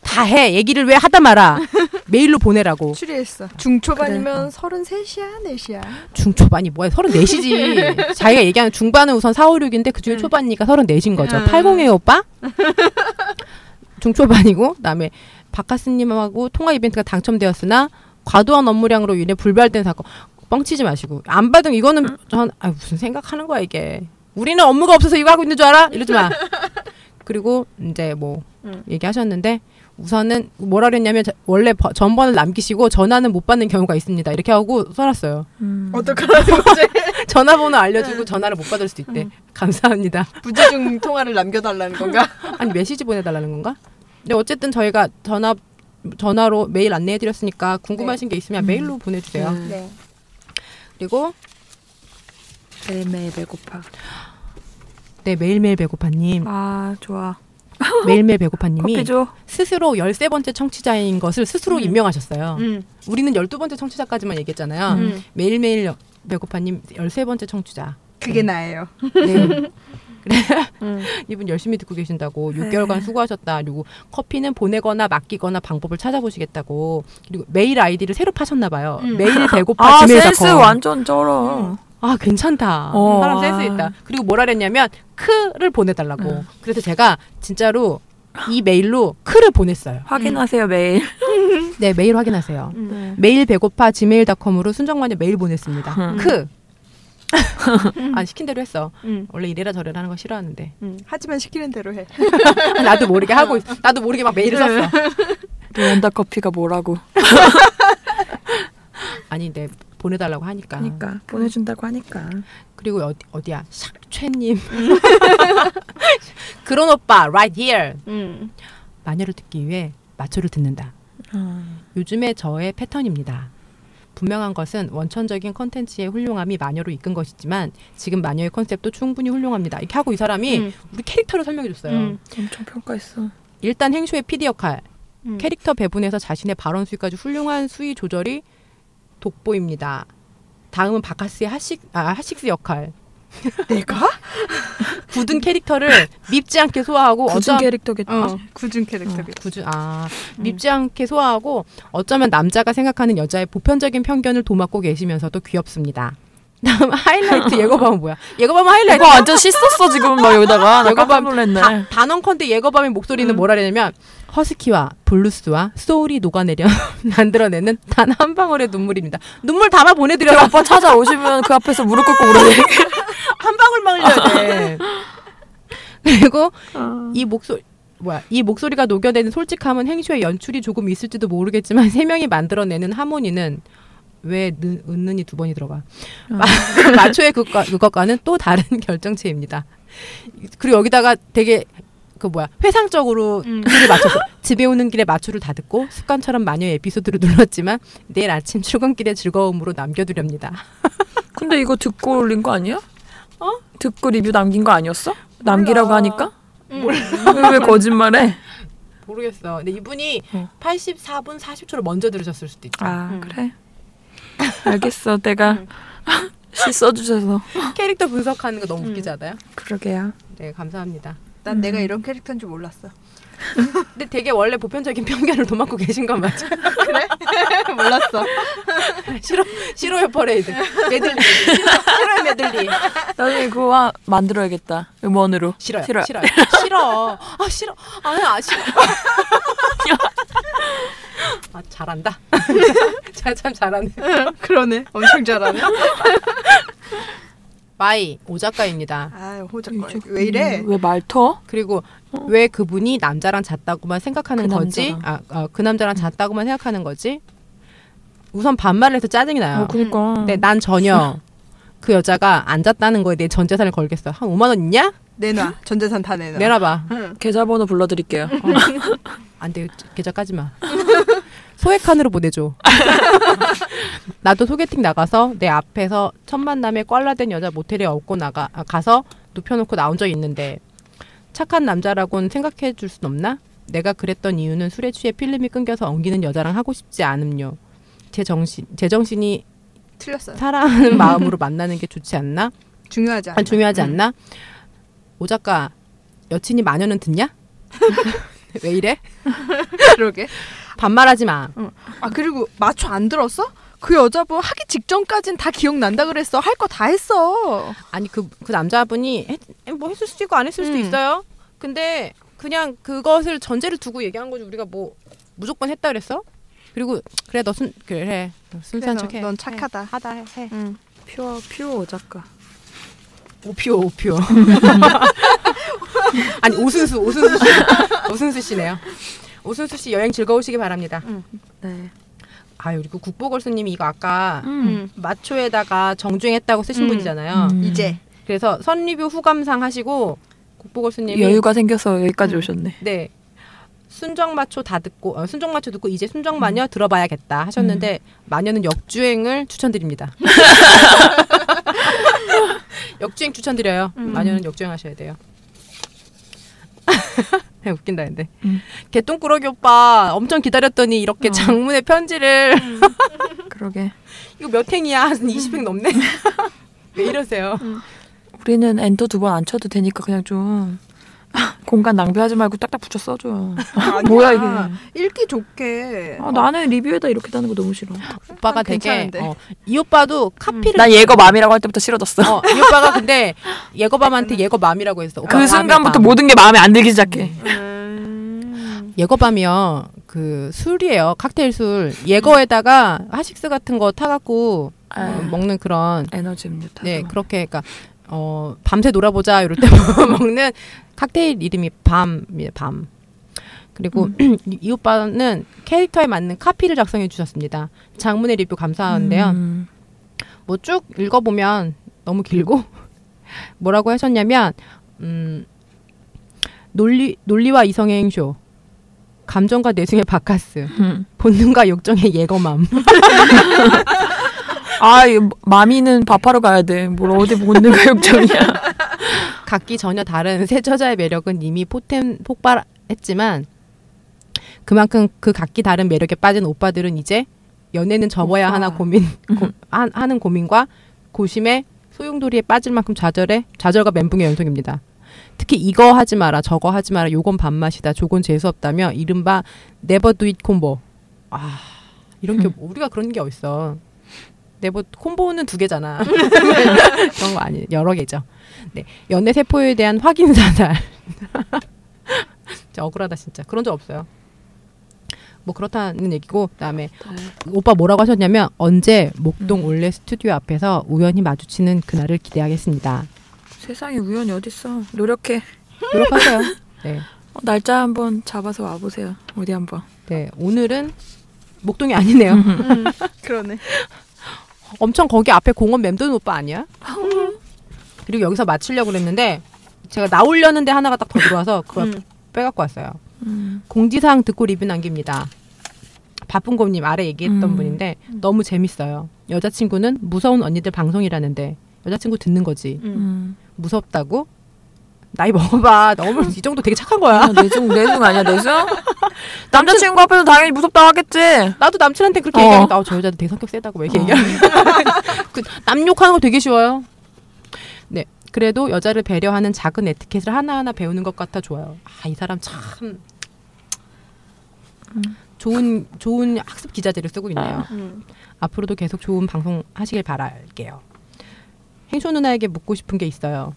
다 해. 얘기를 왜 하다 말아. 메일로 보내라고.
추리했어.
그래.
중초반이면 서른셋이야, 넷이야.
중초반이 뭐야? 34시지. 자기가 얘기하는 중반은 우선 4, 5, 6인데 그중에
응.
초반이니까 34인 거죠.
응.
80이에요, 오빠? 중초반이고 그다음에 박카스님하고 통화 이벤트가 당첨되었으나 과도한 업무량으로 인해 불발된 사건. 뻥치지 마시고 안 받은 이거는 전 아, 무슨 생각하는 거야 이게. 우리는 업무가 없어서 이거 하고 있는 줄 알아? 이러지 마. 그리고 이제 뭐
응.
얘기하셨는데 우선은 뭐라 그랬냐면 저- 원래 버- 전번을 남기시고 전화는 못 받는 경우가 있습니다. 이렇게 하고 써놨어요.
음.
어떡하라는 거지?
전화번호
네.
알려주고 전화를 못 받을 수도
음.
있대. 감사합니다.
부재중 통화를 남겨달라는 건가?
아니 메시지 보내달라는 건가? 근데 어쨌든 저희가 전화 전화로 메일 안내해드렸으니까 궁금하신 게 있으면 메일로 보내주세요.
네. 음.
네.
그리고
매일매일 배고파.
네 매일매일 배고파님
아 좋아.
매일매일 배고파님이
커피 줘.
스스로 13번째 청취자인 것을 스스로 임명하셨어요.
음.
우리는 12번째 청취자까지만 얘기했잖아요.
음.
매일매일 여- 배고파님 13번째 청취자.
그게 나예요.
네.
음.
이분 열심히 듣고 계신다고 6개월간
네.
수고하셨다. 그리고 커피는 보내거나 맡기거나 방법을 찾아보시겠다고. 그리고 메일 아이디를 새로 파셨나 봐요.
음.
메일 배고파
아
지메일
센스 완전 쩔어.
아 괜찮다.
어,
사람
아.
센스 있다. 그리고 뭐라 그랬냐면 크를 보내달라고.
음.
그래서 제가 진짜로 이 메일로 크를 보냈어요.
확인하세요 매일.
네 메일 확인하세요.
네.
메일 배고파 지메일닷컴으로 순정만의 메일 보냈습니다.
음.
크. 안 시킨 대로 했어.
음.
원래 이래라 저래라 하는 거 싫어하는데.
음. 하지만 시키는 대로 해.
나도 모르게 하고 있어. 나도 모르게 막 메일을 썼어.
노란다 커피가 뭐라고.
아니 근데 보내달라고 하니까.
그러니까 보내준다고 하니까.
그리고 어디, 어디야? 샥최님. 그런 오빠 right here.
음.
마녀를 듣기 위해 마초를 듣는다. 요즘의 저의 패턴입니다. 분명한 것은 원천적인 컨텐츠의 훌륭함이 마녀로 이끈 것이지만 지금 마녀의 컨셉도 충분히 훌륭합니다. 이렇게 하고 이 사람이
음.
우리 캐릭터를 설명해줬어요.
음.
엄청 평가했어.
일단 행쇼의 PD 역할,
음.
캐릭터 배분에서 자신의 발언 수위까지 훌륭한 수위 조절이 돋보입니다. 다음은 바카스의 하식 아 하식스 역할.
내가?
굳은 캐릭터를 밉지 않게 소화하고
굳은
어쩌
캐릭터겠다. 음.
어, 굳은
어,
캐릭터겠다.
굳은 아 밉지 않게 소화하고 어쩌면 남자가 생각하는 여자의 보편적인 편견을 도맡고 계시면서도 귀엽습니다. 다음 하이라이트 예고밤은 뭐야? 예고밤은 하이라이트.
이거 완전 씻었어 지금 막 여기다가 나
이거 봐.
깜짝 놀랐네.
다- 단언컨대 예거밤의 목소리는 뭐라냐면 허스키와 블루스와 소울이 녹아내려 만들어내는 단 한 방울의 눈물입니다. 눈물 담아
그
보내드려라.
아빠 찾아오시면 그 앞에서 무릎 꿇고 울어야
한 방울만 흘려야 돼. 아. 그리고 이 목소리 뭐야 이 목소리가 녹여내는 솔직함은 행쇼의 연출이 조금 있을지도 모르겠지만 세 명이 만들어내는 하모니는 왜 느, 은는이 두 번이 들어가 마- 마초의 그것과, 그것과는 또 다른 결정체입니다. 그리고 여기다가 되게 그 뭐야 회상적으로
음.
길을 맞춰서 집에 오는 길에 마초를 다 듣고 습관처럼 마녀의 에피소드를 눌렀지만 내일 아침 출근길의 즐거움으로 남겨두렵니다.
근데 이거 듣고 올린 거 아니야? 어? 듣고 리뷰 남긴 거 아니었어? 남기라고 하니까? 몰라. 왜 거짓말해?
모르겠어. 근데 이분이
어.
84분 40초를 먼저 들으셨을 수도 있죠.
아 그래. 알겠어. 내가 씻어주셔서.
캐릭터 분석하는 거 너무 웃기지 않아요?
그러게요.
네, 감사합니다.
난 내가 이런 캐릭터인 줄 몰랐어.
근데 되게 원래 보편적인 편견을 도맡고 계신 건 맞죠?
몰랐어.
싫어, 싫어요 퍼레이드. 메들리. 싫어요 메들리.
나중에 그거 하- 만들어야겠다. 음원으로.
싫어요.
싫어요.
싫어요. 싫어요. 싫어. 아 싫어. 아니 아 싫어. 아 잘한다. 잘 참 잘하네.
그러네. 엄청 잘하네.
마이 오작가입니다.
아, 호작거려. 왜 이래?
음, 왜 말터?
그리고 왜 그분이 남자랑 잤다고만 생각하는
어? 그
거지?
남자랑.
아, 아, 그 남자랑 잤다고만 생각하는 거지? 우선 반말을 해서 짜증이 나요.
어, 그니까.
근데 난 전혀 그 여자가 안 잤다는 거에 내 전 재산을 걸겠어. 한 5만 원 있냐?
내놔. 전재산 다 내놔.
내놔봐.
계좌번호 불러드릴게요.
음, 안 돼. 계좌 까지 마. 소액한으로 보내줘. 나도 소개팅 나가서 내 앞에서 첫 만남에 꽐라된 여자 모텔에 업고 나가 아, 가서 눕혀놓고 나온 적이 있는데 착한 남자라고는 생각해 줄 순 없나? 내가 그랬던 이유는 술에 취해 필름이 끊겨서 엉기는 여자랑 하고 싶지 않음요. 제 정신 제 정신이
틀렸어.
사랑하는 마음으로 만나는 게 좋지 않나?
중요하지 않아.
아, 중요하지 않나? 오 작가 여친이 마녀는 듣냐? 왜 이래?
그러게.
반말하지 마.
아 그리고 마초 안 들었어? 그 여자분 하기 직전까진 다 기억난다 그랬어. 할 거 다 했어.
아니 그 그 남자분이 했, 뭐 했을 수도 있고 안 했을 수도
음.
있어요. 근데 그냥 그것을 전제를 두고 얘기한 거지 우리가 뭐 무조건 했다 그랬어? 그리고 그래 너 순 그래 너 순수한
그래, 너-
척해.
넌 착하다.
하다 해. 해.
응.
퓨어, 퓨어 오작가.
오피오 오피오. 아니 오순수 오순수 씨 오순수 씨네요. 오순수 씨 여행 즐거우시기 바랍니다.
네.
아 그리고 국보걸스님이 이거 아까
음.
마초에다가 정주행했다고 쓰신
음.
분이잖아요.
이제
그래서 선리뷰 후감상 하시고 국보걸스님이
여유가 생겨서 여기까지 오셨네.
네 순정 마초 다 듣고 어, 순정 마초 듣고 이제 순정 마녀 들어봐야겠다 하셨는데 마녀는 역주행을 추천드립니다. 역주행 추천드려요. 마녀는 역주행하셔야 돼요. 네, 웃긴다 근데
음.
개똥꾸러기 오빠 엄청 기다렸더니 이렇게 장문의 편지를
그러게.
이거 몇 행이야 한 20행 넘네 왜 이러세요
우리는 엔터 두 번 안 쳐도 되니까 그냥 좀 공간 낭비하지 말고 딱딱 붙여 써줘. 뭐야 이게? 아,
읽기 좋게.
나는 리뷰에다 이렇게 다는 거 너무 싫어.
오빠가
아,
되게
괜찮은데.
어, 이 오빠도 카피를
난 예거 맘이라고 할 때부터 싫어졌어. 아,
어, 이 오빠가 근데 예거밤한테 예거밤이라고 네. 했어. 오빠
그
밤에
순간부터
밤.
모든 게 마음에 안 들기 시작해.
음.
예거밤이요. 그 술이에요. 칵테일 술. 예거에다가 하식스 같은 거 타갖고
아.
어, 먹는 그런
에너지 음료다.
네 그렇게 그러니까 어 밤새 놀아보자 이럴 때 뭐 먹는 칵테일 이름이 밤이에요. 밤. 그리고
음.
이- 이 오빠는 캐릭터에 맞는 카피를 작성해 주셨습니다. 장문의 리뷰 감사한데요.
음.
뭐 쭉 읽어보면 너무 길고 뭐라고 하셨냐면 음, 논리 논리와 이성의 행쇼 감정과 내숭의 바카스
음.
본능과 욕정의 예거맘
아, 이 마미는 밥하러 가야 돼. 뭘 어디 먹는 거 욕정이야.
각기 전혀 다른 세 처자의 매력은 이미 포템 폭발했지만 그만큼 그 각기 다른 매력에 빠진 오빠들은 음. 이제 연애는 접어야
오빠.
하나 고민 고, 하, 하는 고민과 고심에 소용돌이에 빠질 만큼 좌절해 좌절과 멘붕의 연속입니다. 특히 이거 하지 마라 저거 하지 마라 요건 밥맛이다 조건 재수 없다며 이른바 네버 두잇 콤보 아 이런 게 우리가 그런 게 어딨어 네버 콤보는 두 개잖아 그런 거 아니 여러 개죠 네 연애 세포에 대한 확인 사살 진짜 억울하다 진짜 그런 적 없어요 뭐 그렇다는 얘기고 그다음에 오빠 뭐라고 하셨냐면 언제 목동 올레 스튜디오 앞에서 우연히 마주치는 그날을 기대하겠습니다.
세상에 우연이 어딨어. 노력해.
노력하세요. 네.
어, 날짜 한번 잡아서 와보세요. 어디 한번.
네. 오늘은 목동이 아니네요.
음, 그러네.
엄청 거기 앞에 공원 맴도는 오빠 아니야?
음.
그리고 여기서 맞추려고 그랬는데 제가 나오려는데 하나가 딱 더 들어와서 그걸
음.
빼갖고 왔어요. 공지사항 듣고 리뷰 남깁니다. 바쁜 곰님 아래 얘기했던
음.
분인데 너무 재밌어요. 여자친구는 무서운 언니들 방송이라는데 여자친구 듣는 거지.
음.
음.
무섭다고? 나이 먹어봐. 너무 이 정도 되게 착한 거야.
아, 내숭 내숭 아니야 내숭? 남자친구 앞에서 당연히 무섭다 하겠지.
나도 남친한테 그렇게
어.
얘기하니까 어, 저 여자도 되게 성격 세다고 왜 이렇게 얘기하는 그, 남욕하는 거 되게 쉬워요. 네, 그래도 여자를 배려하는 작은 에티켓을 하나하나 배우는 것 같아 좋아요. 아, 이 사람 참 좋은 좋은 학습 기자재를 쓰고 있네요.
음.
앞으로도 계속 좋은 방송 하시길 바랄게요. 행쇼 누나에게 묻고 싶은 게 있어요.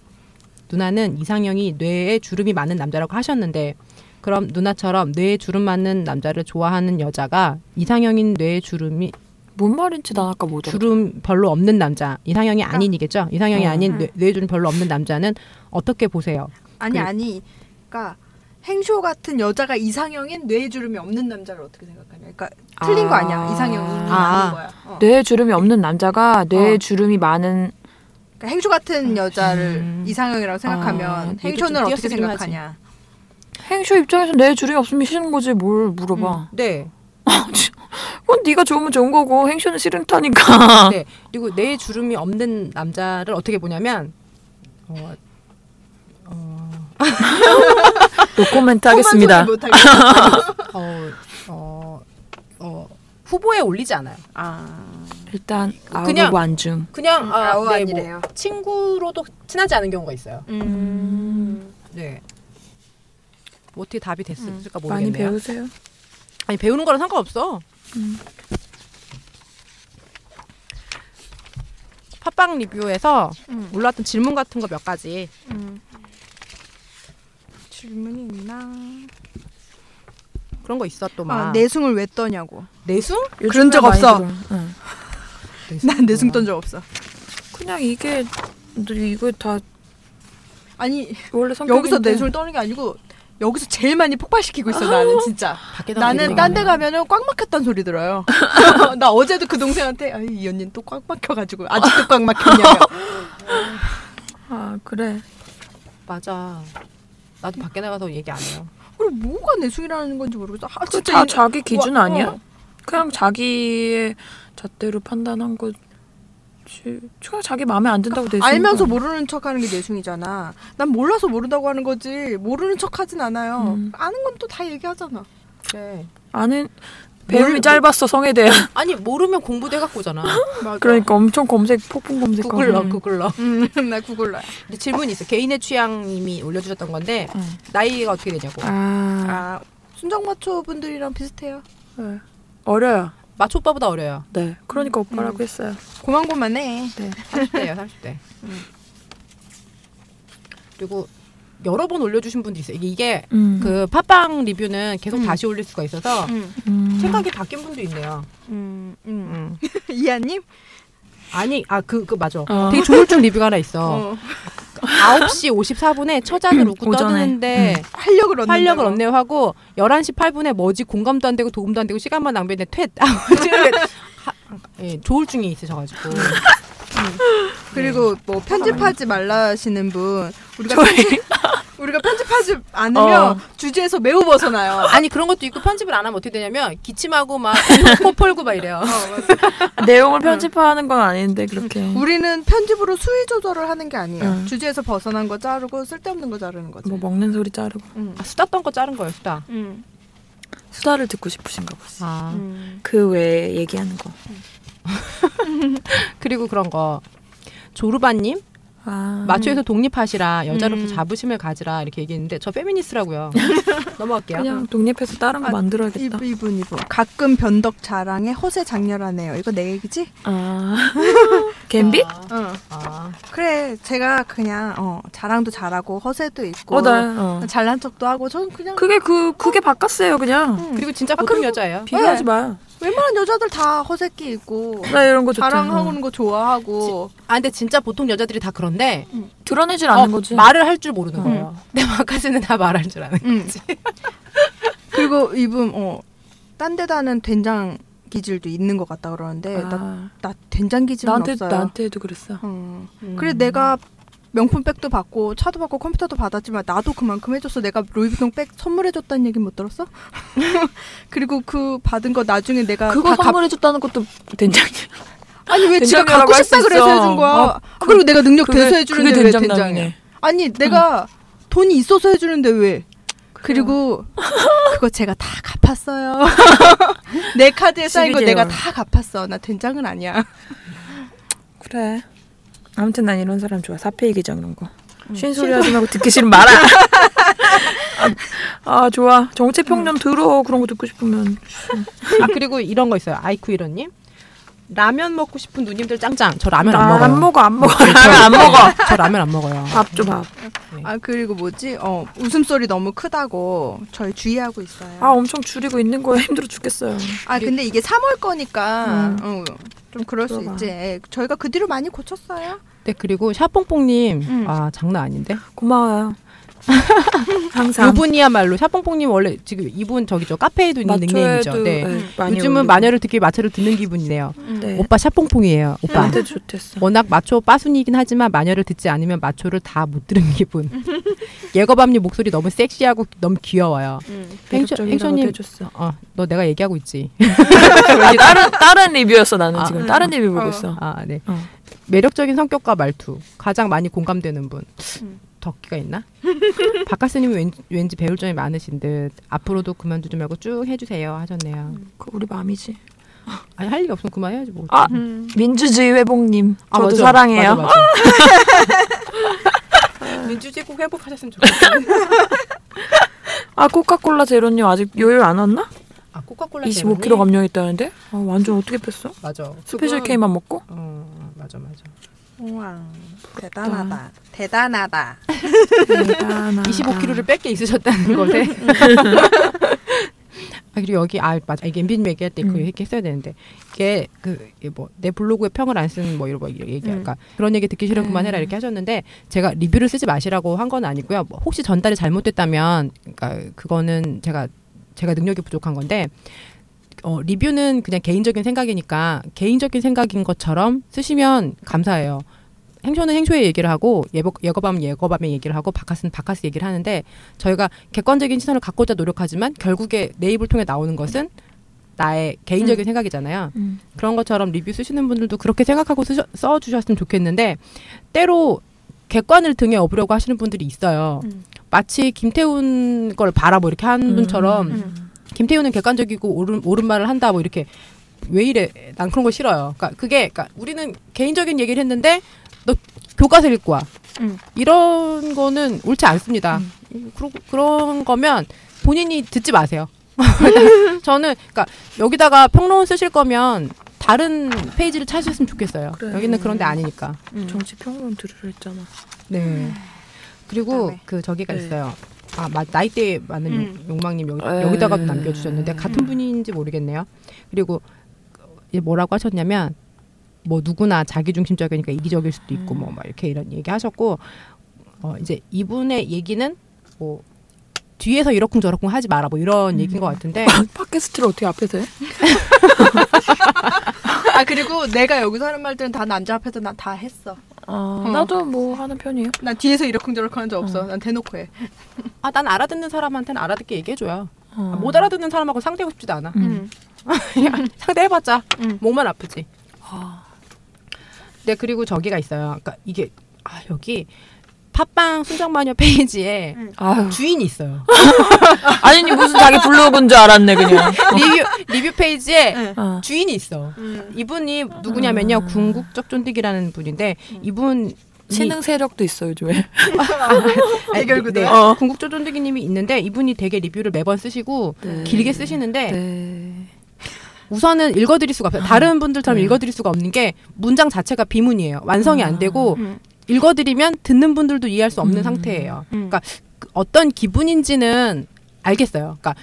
누나는 이상형이 뇌에 주름이 많은 남자라고 하셨는데 그럼 누나처럼 뇌에 주름 많은 남자를 좋아하는 여자가 이상형인 뇌에 주름이
뭔 말인지 난 아까 뭐 못 알아.
주름 별로 없는 남자 이상형이 아닌이겠죠? 이상형이
어.
아닌 뇌, 뇌에 주름 별로 없는 남자는 어떻게 보세요?
아니
그-
아니. 그러니까 행쇼 같은 여자가 이상형인 뇌에 주름이 없는 남자를 어떻게 생각하냐. 그러니까 틀린 거 아니야.
아. 네.
이상형이 아.
아.
닌 거야. 어.
뇌에 주름이 없는 남자가 뇌에
어.
주름이 많은
그러니까 행쇼 같은 여자를
음.
이상형이라고
아,
생각하면
얘도
행쇼는
좀
어떻게
띄어쓰긴 하지.
생각하냐.
행쇼 입장에서 뇌에 주름이 없으면 싫은 거지 뭘 물어봐.
네.
그건 어, 네가 좋으면 좋은 거고 행쇼는 싫은 터니까.
네. 그리고 뇌에 주름이 없는 남자를 어떻게 보냐면 어,
노코멘트
험한
하겠습니다.
소리 못하게.
어, 어, 어, 후보에 올리지 않아요.
아.
일단 아우
그냥-
완중.
그냥 아,
아우
네, 뭐
아니래요.
친구로도 친하지 않은 경우가 있어요.
음.
네. 뭐 어떻게 답이 됐을까
많이
모르겠네요.
배우세요.
아니 배우는 거랑 상관없어.
음.
팟빵 리뷰에서
음.
올라왔던 질문 같은 거 몇 가지.
음. 질문이 있나?
그런 거 있어 또 막.
아, 내숭을 왜 떠냐고.
내숭?
그런 적
요즘에 많이
없어.
들어요. 응.
난 내숭 떤적 없어.
그냥 이게 이거 다
아니
원래 성격인데.
여기서 내숭을 떠는 게 아니고 여기서 제일 많이 폭발시키고 있어 나는 진짜.
밖에다
아. 나는
내숭.
딴 데 가면은 꽉 막혔단 소리 들어요. 나 어제도 그 동생한테 아이, 이 언니는 또 꽉 막혀가지고 아직도 꽉 막혔냐고.
아 그래.
맞아. 나도 밖에 나가서 얘기 안 해요.
그럼 뭐가 내숭이라는 건지 모르겠어. 아,
그
진짜
다
이-
자기 기준
와,
아니야?
어.
그냥 자기의 잣대로 판단한 거지. 그냥 자기 마음에 안 든다고 내수
알면서 모르는 척하는 게 내숭이잖아. 난 몰라서 모른다고 하는 거지 모르는 척하진 않아요.
음.
아는 건 또 다 얘기하잖아. 네.
그래.
아는 배움이
뭘-
짧았어 성에 대한.
아니 모르면 공부돼 갖고 오잖아.
맞아.
그러니까 엄청 검색 폭풍 검색하고.
구글러 구글러.
음, 나 구글러야.
근데 질문이 있어. 개인의 취향님이 올려주셨던 건데
응.
나이가 어떻게 되냐고.
아,
아 순정마초 분들이랑 비슷해요.
네. 어려요.
마초 오빠보다 어려요.
네. 그러니까 오빠라고 했어요.
고만고만해.
30대예요, 30대. 음. 그리고 여러 번 올려주신 분들이 있어요. 이게, 이게
음.
그 팟빵 리뷰는 계속
음.
다시 올릴 수가 있어서
음,
음.
생각이 바뀐 분도 있네요.
음, 음. 이하님?
아니, 아, 그, 그, 맞아.
어.
되게 좋을 줄 리뷰가 하나 있어.
어.
9시 54분에 처자는 웃고
오전에.
떠드는데
활력을 얻는
활력을 얻네요 하고 11시 8분에 뭐지 공감도 안 되고 도움도 안 되고 시간만 낭비했는데 퇴! 하고 찌르게 하- 예, 조울 중에 있으셔가지고.
그리고 뭐 편집하지 말라시는 분 우리가
저희
우리가 편집하지 않으면 주제에서 매우 벗어나요.
아니, 그런 것도 있고 편집을 안 하면 어떻게 되냐면 기침하고 막 코 펄고 막 이래요.
아, 내용을 편집하는 건 아닌데 그렇게.
우리는 편집으로 수위 조절을 하는 게 아니에요.
음.
주제에서 벗어난 거 자르고 쓸데없는 거 자르는 거죠.
뭐 먹는 소리 자르고
음.
아, 수다 떤거 자른 거예요, 수다.
음.
수다를 듣고 싶으신가 보지.
아.
음.
그 외에 얘기하는 거.
그리고 그런 거. 조르바님
아.
마초에서 독립하시라 여자로서
음.
자부심을 가지라 이렇게 얘기했는데 저 페미니스트라고요. 넘어갈게요.
그냥 독립해서 다른 거
아,
만들어야겠다.
이분 이분 이분 가끔 변덕 자랑에 허세 장렬하네요. 이거 내 얘기지?
아. 갬빗?
어.
아,
그래 제가 그냥 어, 자랑도 잘하고 허세도 있고
어, 나. 어.
잘난 척도 하고 저는 그냥
그게 그 그게 바꿨어요, 그냥.
아, 그리고 진짜 보통 여자예요.
비교하지 마.
웬만한 여자들 다 허세끼 있고
나 이런 거 좋다.
자랑하는 거 좋아하고
아 근데 진짜 보통 여자들이 다 그런데 어,
드러내질 않는
어,
거지.
말을 할 줄 모르는
어.
거예요. 근데 마카스는 다 말할 줄 아는.
음. 그리고 이분 어, 딴 데다는 된장 기질도 있는 것 같다 그러는데 나,
아,
나 된장 기질은
나한테
없어요.
나한테도 그랬어.
음.
음.
그래 내가 명품백도 받고 차도 받고 컴퓨터도 받았지만 나도 그만큼 해줬어. 내가 로이비통 백 선물해줬다는 얘기 못 들었어? 그리고 그 받은 거 나중에 내가
그거
아, 다 갚-
선물해 줬다는 것도 된장이야.
아니 왜 지가
된장이라고
갖고
할수
싶다 그래서
있어.
해준 거야.
어,
아, 그리고 내가 능력 돼서 해주는데 왜 된장이야?
된장이네.
아니 내가 돈이 있어서 해주는데 왜? 그리고 그거 제가 다 갚았어요. 내 카드에 쌓인 거
12
내가
개월.
다 갚았어. 나 된장은 아니야.
그래. 아무튼 난 이런 사람 좋아. 사페 얘기장 이런 거. 쉰 소리 하지 말고 듣기 싫으면 말아. 아, 아 좋아. 정체 평념 들어. 그런 거 듣고 싶으면.
아 그리고 이런 거 있어요. 아이쿠 이런님 라면 먹고 싶은 누님들 짱짱. 저 라면 아, 안
나
먹어요.
아, 안 먹어 안 먹어.
저-
라면 안 먹어.
저 라면 안 먹어요.
밥 줘 밥.
아 그리고 뭐지? 어 웃음소리 너무 크다고 저희 주의하고 있어요.
아 엄청 줄이고 있는 거야. 힘들어 죽겠어요.
아 근데 이게 3월 거니까 어, 좀 그럴 수
들어봐.
있지. 예, 저희가 그 뒤로 많이 고쳤어요.
네 그리고 샤뽕뽕님
음.
아 장난 아닌데.
고마워요. 항상.
이분이야말로 샤뽕뽕님 원래 지금 이분 저기죠 카페에도 있는 닉네임이죠.
마초에도
네.
네, 많이
요즘은
올리고.
마녀를 듣기 마초를 듣는 기분이네요.
네.
오빠 샤뽕뽕이에요. 오빠.
나한테 좋댔어.
워낙 마초 빠순이긴 하지만 마녀를 듣지 않으면 마초를 다 못 들은 기분. 예거밤님 목소리 너무 섹시하고 너무 귀여워요. 행쇼-
행쇼,
행쇼님.
음, 해줬어.
어, 너 내가 얘기하고 있지.
아, 다른 다른 리뷰였어 나는
아,
지금
음.
다른 리뷰 보고
어.
있어.
아, 네.
어.
매력적인 성격과 말투. 가장 많이 공감되는 분.
음.
덕기가 있나? 박카스님은 왠, 왠지 배울 점이 많으신 듯 앞으로도 그만두지 말고 쭉 해주세요 하셨네요.
그 우리 마음이지.
아니 할 일이 없으면 그만해야지 뭐.
아 민주주의 회복님
아,
저도
맞아.
사랑해요.
맞아, 맞아. 민주주의 꼭 회복하셨으면 좋겠어요.
아 코카콜라 제로님 아직 요율 안 왔나?
아 코카콜라
25kg 감량했다는데? 아, 완전 어떻게 뺐어?
맞아.
스페셜 K만 먹고?
어 맞아 맞아.
우와 대단하다. 대단하다.
네, 대단하다.
아, 25kg를 뺄 게 있으셨다는 것에. 아 그리고 여기 아 맞아 이게 엠비님 얘기할 때 그
음.
얘기 했어야 되는데 이게 그뭐내 블로그에 평을 안 쓰는 뭐 이런 뭐 이런 얘기 할까 그런 얘기 듣기 싫어 그만해라 이렇게 하셨는데 제가 리뷰를 쓰지 마시라고 한 건 아니고요 뭐 혹시 전달이 잘못됐다면 그러니까 그거는 제가 제가 능력이 부족한 건데 어, 리뷰는 그냥 개인적인 생각이니까 개인적인 생각인 것처럼 쓰시면 감사해요. 행쇼는 행쇼의 얘기를 하고 예거, 예거밤은 예거밤의 얘기를 하고 바카스는 바카스 얘기를 하는데 저희가 객관적인 시선을 갖고자 노력하지만 결국에 내 입을 통해 나오는 것은 나의 개인적인 생각이잖아요.
음.
그런 것처럼 리뷰 쓰시는 분들도 그렇게 생각하고 쓰셔, 써주셨으면 좋겠는데 때로 객관을 등에 업으려고 하시는 분들이 있어요.
음.
마치 김태훈 걸 바라 뭐 이렇게 하는
음.
분처럼
음.
김태우는 객관적이고 옳은, 옳은 말을 한다 뭐 이렇게 왜 이래 난 그런 거 싫어요 그러니까 그게 그러니까 우리는 개인적인 얘기를 했는데 너 교과서 읽고 와
음.
이런 거는 옳지 않습니다
음.
그러, 그런 거면 본인이 듣지 마세요 저는 그러니까 여기다가 평론 쓰실 거면 다른 페이지를 찾으셨으면 좋겠어요
그래.
여기는 그런데 아니니까
정치 평론 들으려 했잖아.
네 그리고
그다음에.
그 저기가
네.
있어요 아 마- 나이대에 많은
음.
욕망님 여기,
에.
여기다가 남겨주셨는데 같은
음.
분인지 모르겠네요. 그리고 이 뭐라고 하셨냐면 뭐 누구나 자기중심적이니까 이기적일 수도 있고 뭐
음.
막 이렇게 이런 얘기하셨고 어 이제 이분의 얘기는 뭐 뒤에서 이러쿵저러쿵 하지 마라 뭐 이런 얘기인
음.
것 같은데
아, 팟캐스트를 어떻게 앞에서 해?
아 그리고 내가 여기서 하는 말들은 다 남자 앞에서 난 다 했어.
아, 나도 뭐 하는 편이에요.
난 뒤에서 이러쿵저러쿵 하는 적 없어. 난 대놓고 해.
아 난 알아듣는 사람한테는 알아듣게 얘기해줘요.
어.
아, 못 알아듣는 사람하고 상대하고 싶지도 않아.
음.
상대해봤자
음.
목만 아프지.
아,
네 그리고 저기가 있어요. 그러니까 이게 아 여기 팟빵 순정마녀 페이지에
아유.
주인이 있어요.
아니 무슨 자기 블로그인 줄 알았네 그냥.
리뷰 리뷰 페이지에
네.
어.
주인이 있어.
음.
이분이 누구냐면요. 궁극적 쫀득이라는 분인데 이분
음.
아,
신흥 세력도 있어 요즘에.
해결 구대.
어. 궁극적 쫀득이님이 있는데 이분이 되게 리뷰를 매번 쓰시고
네.
길게 쓰시는데
네.
우선은 읽어드릴 수가 없어요. 다른 분들처럼
네.
읽어드릴 수가 없는 게 문장 자체가 비문이에요. 완성이 안 되고
음.
읽어드리면 듣는 분들도 이해할 수 없는
음.
상태예요. 그러니까 그 어떤 기분인지는 알겠어요. 그러니까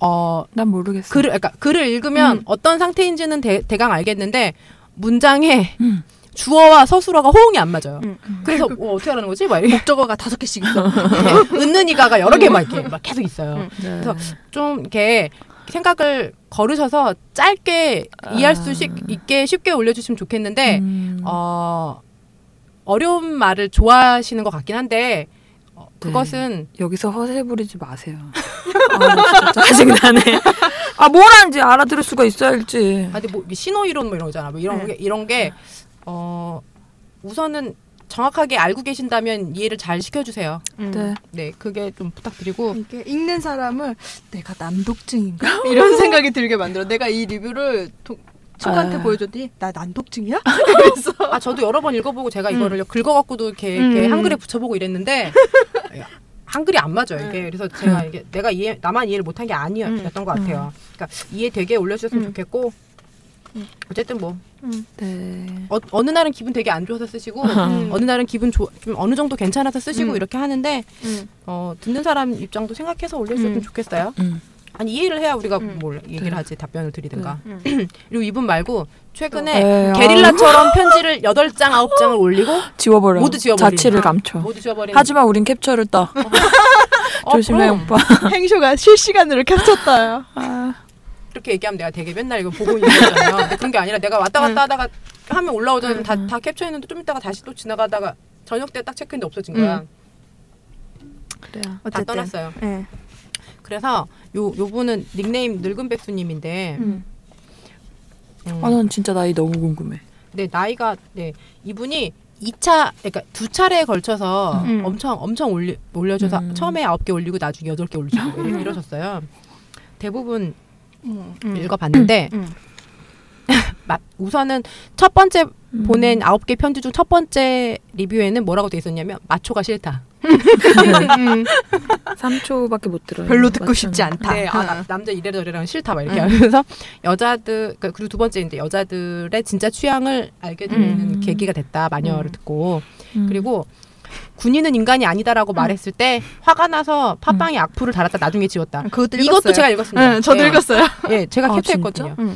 어
난 모르겠어.
글을 그러니까 글을 읽으면
음.
어떤 상태인지는 대, 대강 알겠는데 문장에
음.
주어와 서술어가 호응이 안 맞아요.
음.
그래서 어, 어떻게 하라는 거지? 막 이렇게
목적어가 다섯 개씩 있어.
웃는 이가가 여러 개 막 이렇게 막 계속 있어요.
음.
네.
그래서 좀 이렇게 생각을 걸으셔서 짧게 이해할 수 쉽- 있게 쉽게 올려주시면 좋겠는데
아. 음.
어, 어려운 말을 좋아하시는 것 같긴 한데 어,
네.
그것은
여기서 허세 부리지 마세요. 아, 진짜 짜증나네. 아, 뭐라는지 알아들을 수가 있어야지.
아, 근데 뭐 신호 이론 뭐 이런 거잖아. 뭐 이런
네.
게 이런 게 어, 우선은 정확하게 알고 계신다면 이해를 잘 시켜주세요.
음.
네.
네, 그게 좀 부탁드리고
이게 읽는 사람을 내가 난독증인가 이런 생각이 들게 만들어. 내가 이 리뷰를 도, 친구한테
아.
보여줬더니 나 난독증이야?
아 저도 여러 번 읽어보고 제가 이거를 긁어갖고도 이렇게,
음,
이렇게
음.
한글에 붙여보고 이랬는데 한글이 안 맞아요
네.
이게 그래서 제가
음.
이게 내가 이해 나만 이해를 못한 게 아니었던 것 같아요. 그러니까 이해되게 올려주셨으면
음.
좋겠고 어쨌든 뭐
네.
어, 어느 날은 기분 되게 안 좋아서 쓰시고
음.
어느 날은 기분 좋- 좀 어느 정도 괜찮아서 쓰시고
음.
이렇게 하는데
음.
어, 듣는 사람 입장도 생각해서 올려주셨으면
음.
좋겠어요.
음.
아니 이해를 해야 우리가
음.
뭘 얘기를
네.
하지 답변을 드리든가.
음. 어.
그리고 이분 말고
또.
최근에
에이,
네.
게릴라처럼 편지를 8장 9장을 올리고
지워버려.
모두 지워버려.
자취를 감춰.
모두 네. 지워버리는
어. 하지만 우린 캡처를 떠.
어,
조심해,
그럼.
오빠. 아,
행쇼가 실시간으로 켰었어요. 아,
이렇게 얘기하면 내가 되게 맨날 이거 보고 있는 거잖아요. 근데 그런 게 아니라 내가 왔다
음.
갔다 하다가 화면 올라오잖아요. 다, 다 캡처했는데 좀 이따가 다시 또 지나가다가 저녁 때 딱 체크했는데 없어진 거야.
음. 그래요.
다 떠났어요.
예.
그래서 요 요분은 닉네임 늙은 백수님인데
음.
음,
아, 난 진짜 나이 너무 궁금해.
네 나이가 네 이분이 2차 그러니까 두 차례에 걸쳐서
음.
엄청 엄청 올리, 올려줘서
음.
처음에 9개 올리고 나중에 8개 올리고 이러- 이러셨어요. 대부분 읽어봤는데
음.
마- 우선은 첫 번째 보낸 아홉 개 편지 중 첫 번째 리뷰에는 뭐라고 돼 있었냐면 마초가 싫다.
3초밖에 못 들어요.
네. 음. 별로 듣고 싶지 않다.
네, 아, 나- 남자 이래저래랑 싫다 막 이렇게 하면서 여자들 그러니까 그리고 두 번째 이제 여자들의 진짜 취향을 알게 되는
음.
계기가 됐다 마녀를
음. 음.
듣고
음.
그리고 군인은 인간이 아니다라고 말했을 때 화가 나서 팟빵에 악플을 달았다 나중에 지웠다.
아, 그것도
이것도
읽었어요.
제가 읽었습니다.
네, 저도
예,
읽었어요.
예, 제가
아,
캡처했거든요.
진짜?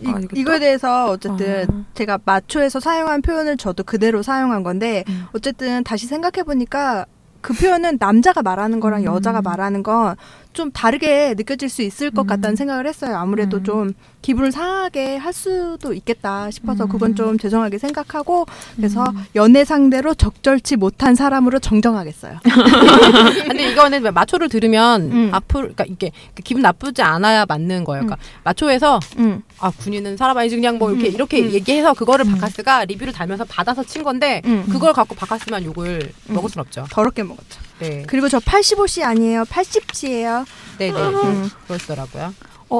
이,
아, 이것도?
이거에 대해서 어쨌든
아.
제가 마초에서 사용한 표현을 저도 그대로 사용한 건데
음.
어쨌든 다시 생각해 보니까 그 표현은 남자가 말하는 거랑
음.
여자가 말하는 건 좀 다르게 느껴질 수 있을 것
음.
같다는 생각을 했어요. 아무래도
음.
좀 기분을 상하게 할 수도 있겠다 싶어서
음.
그건 좀 죄송하게 생각하고 그래서
음.
연애 상대로 적절치 못한 사람으로 정정하겠어요.
근데 이거는 마초를 들으면
음.
악플 그러니까 이게 기분 나쁘지 않아야 맞는 거예요. 그러니까 마초에서
음.
아 군인은 살아봐야지 그냥 뭐 이렇게
음,
이렇게
음.
얘기해서 그거를 바카스가 리뷰를 달면서 받아서 친 건데
음.
그걸 갖고 바카스만 욕을
음.
먹을 순 없죠.
더럽게 먹었죠.
네,
그리고 저 85씨 아니에요. 80씨예요.
네, 네,
음.
그러시더라고요.
어.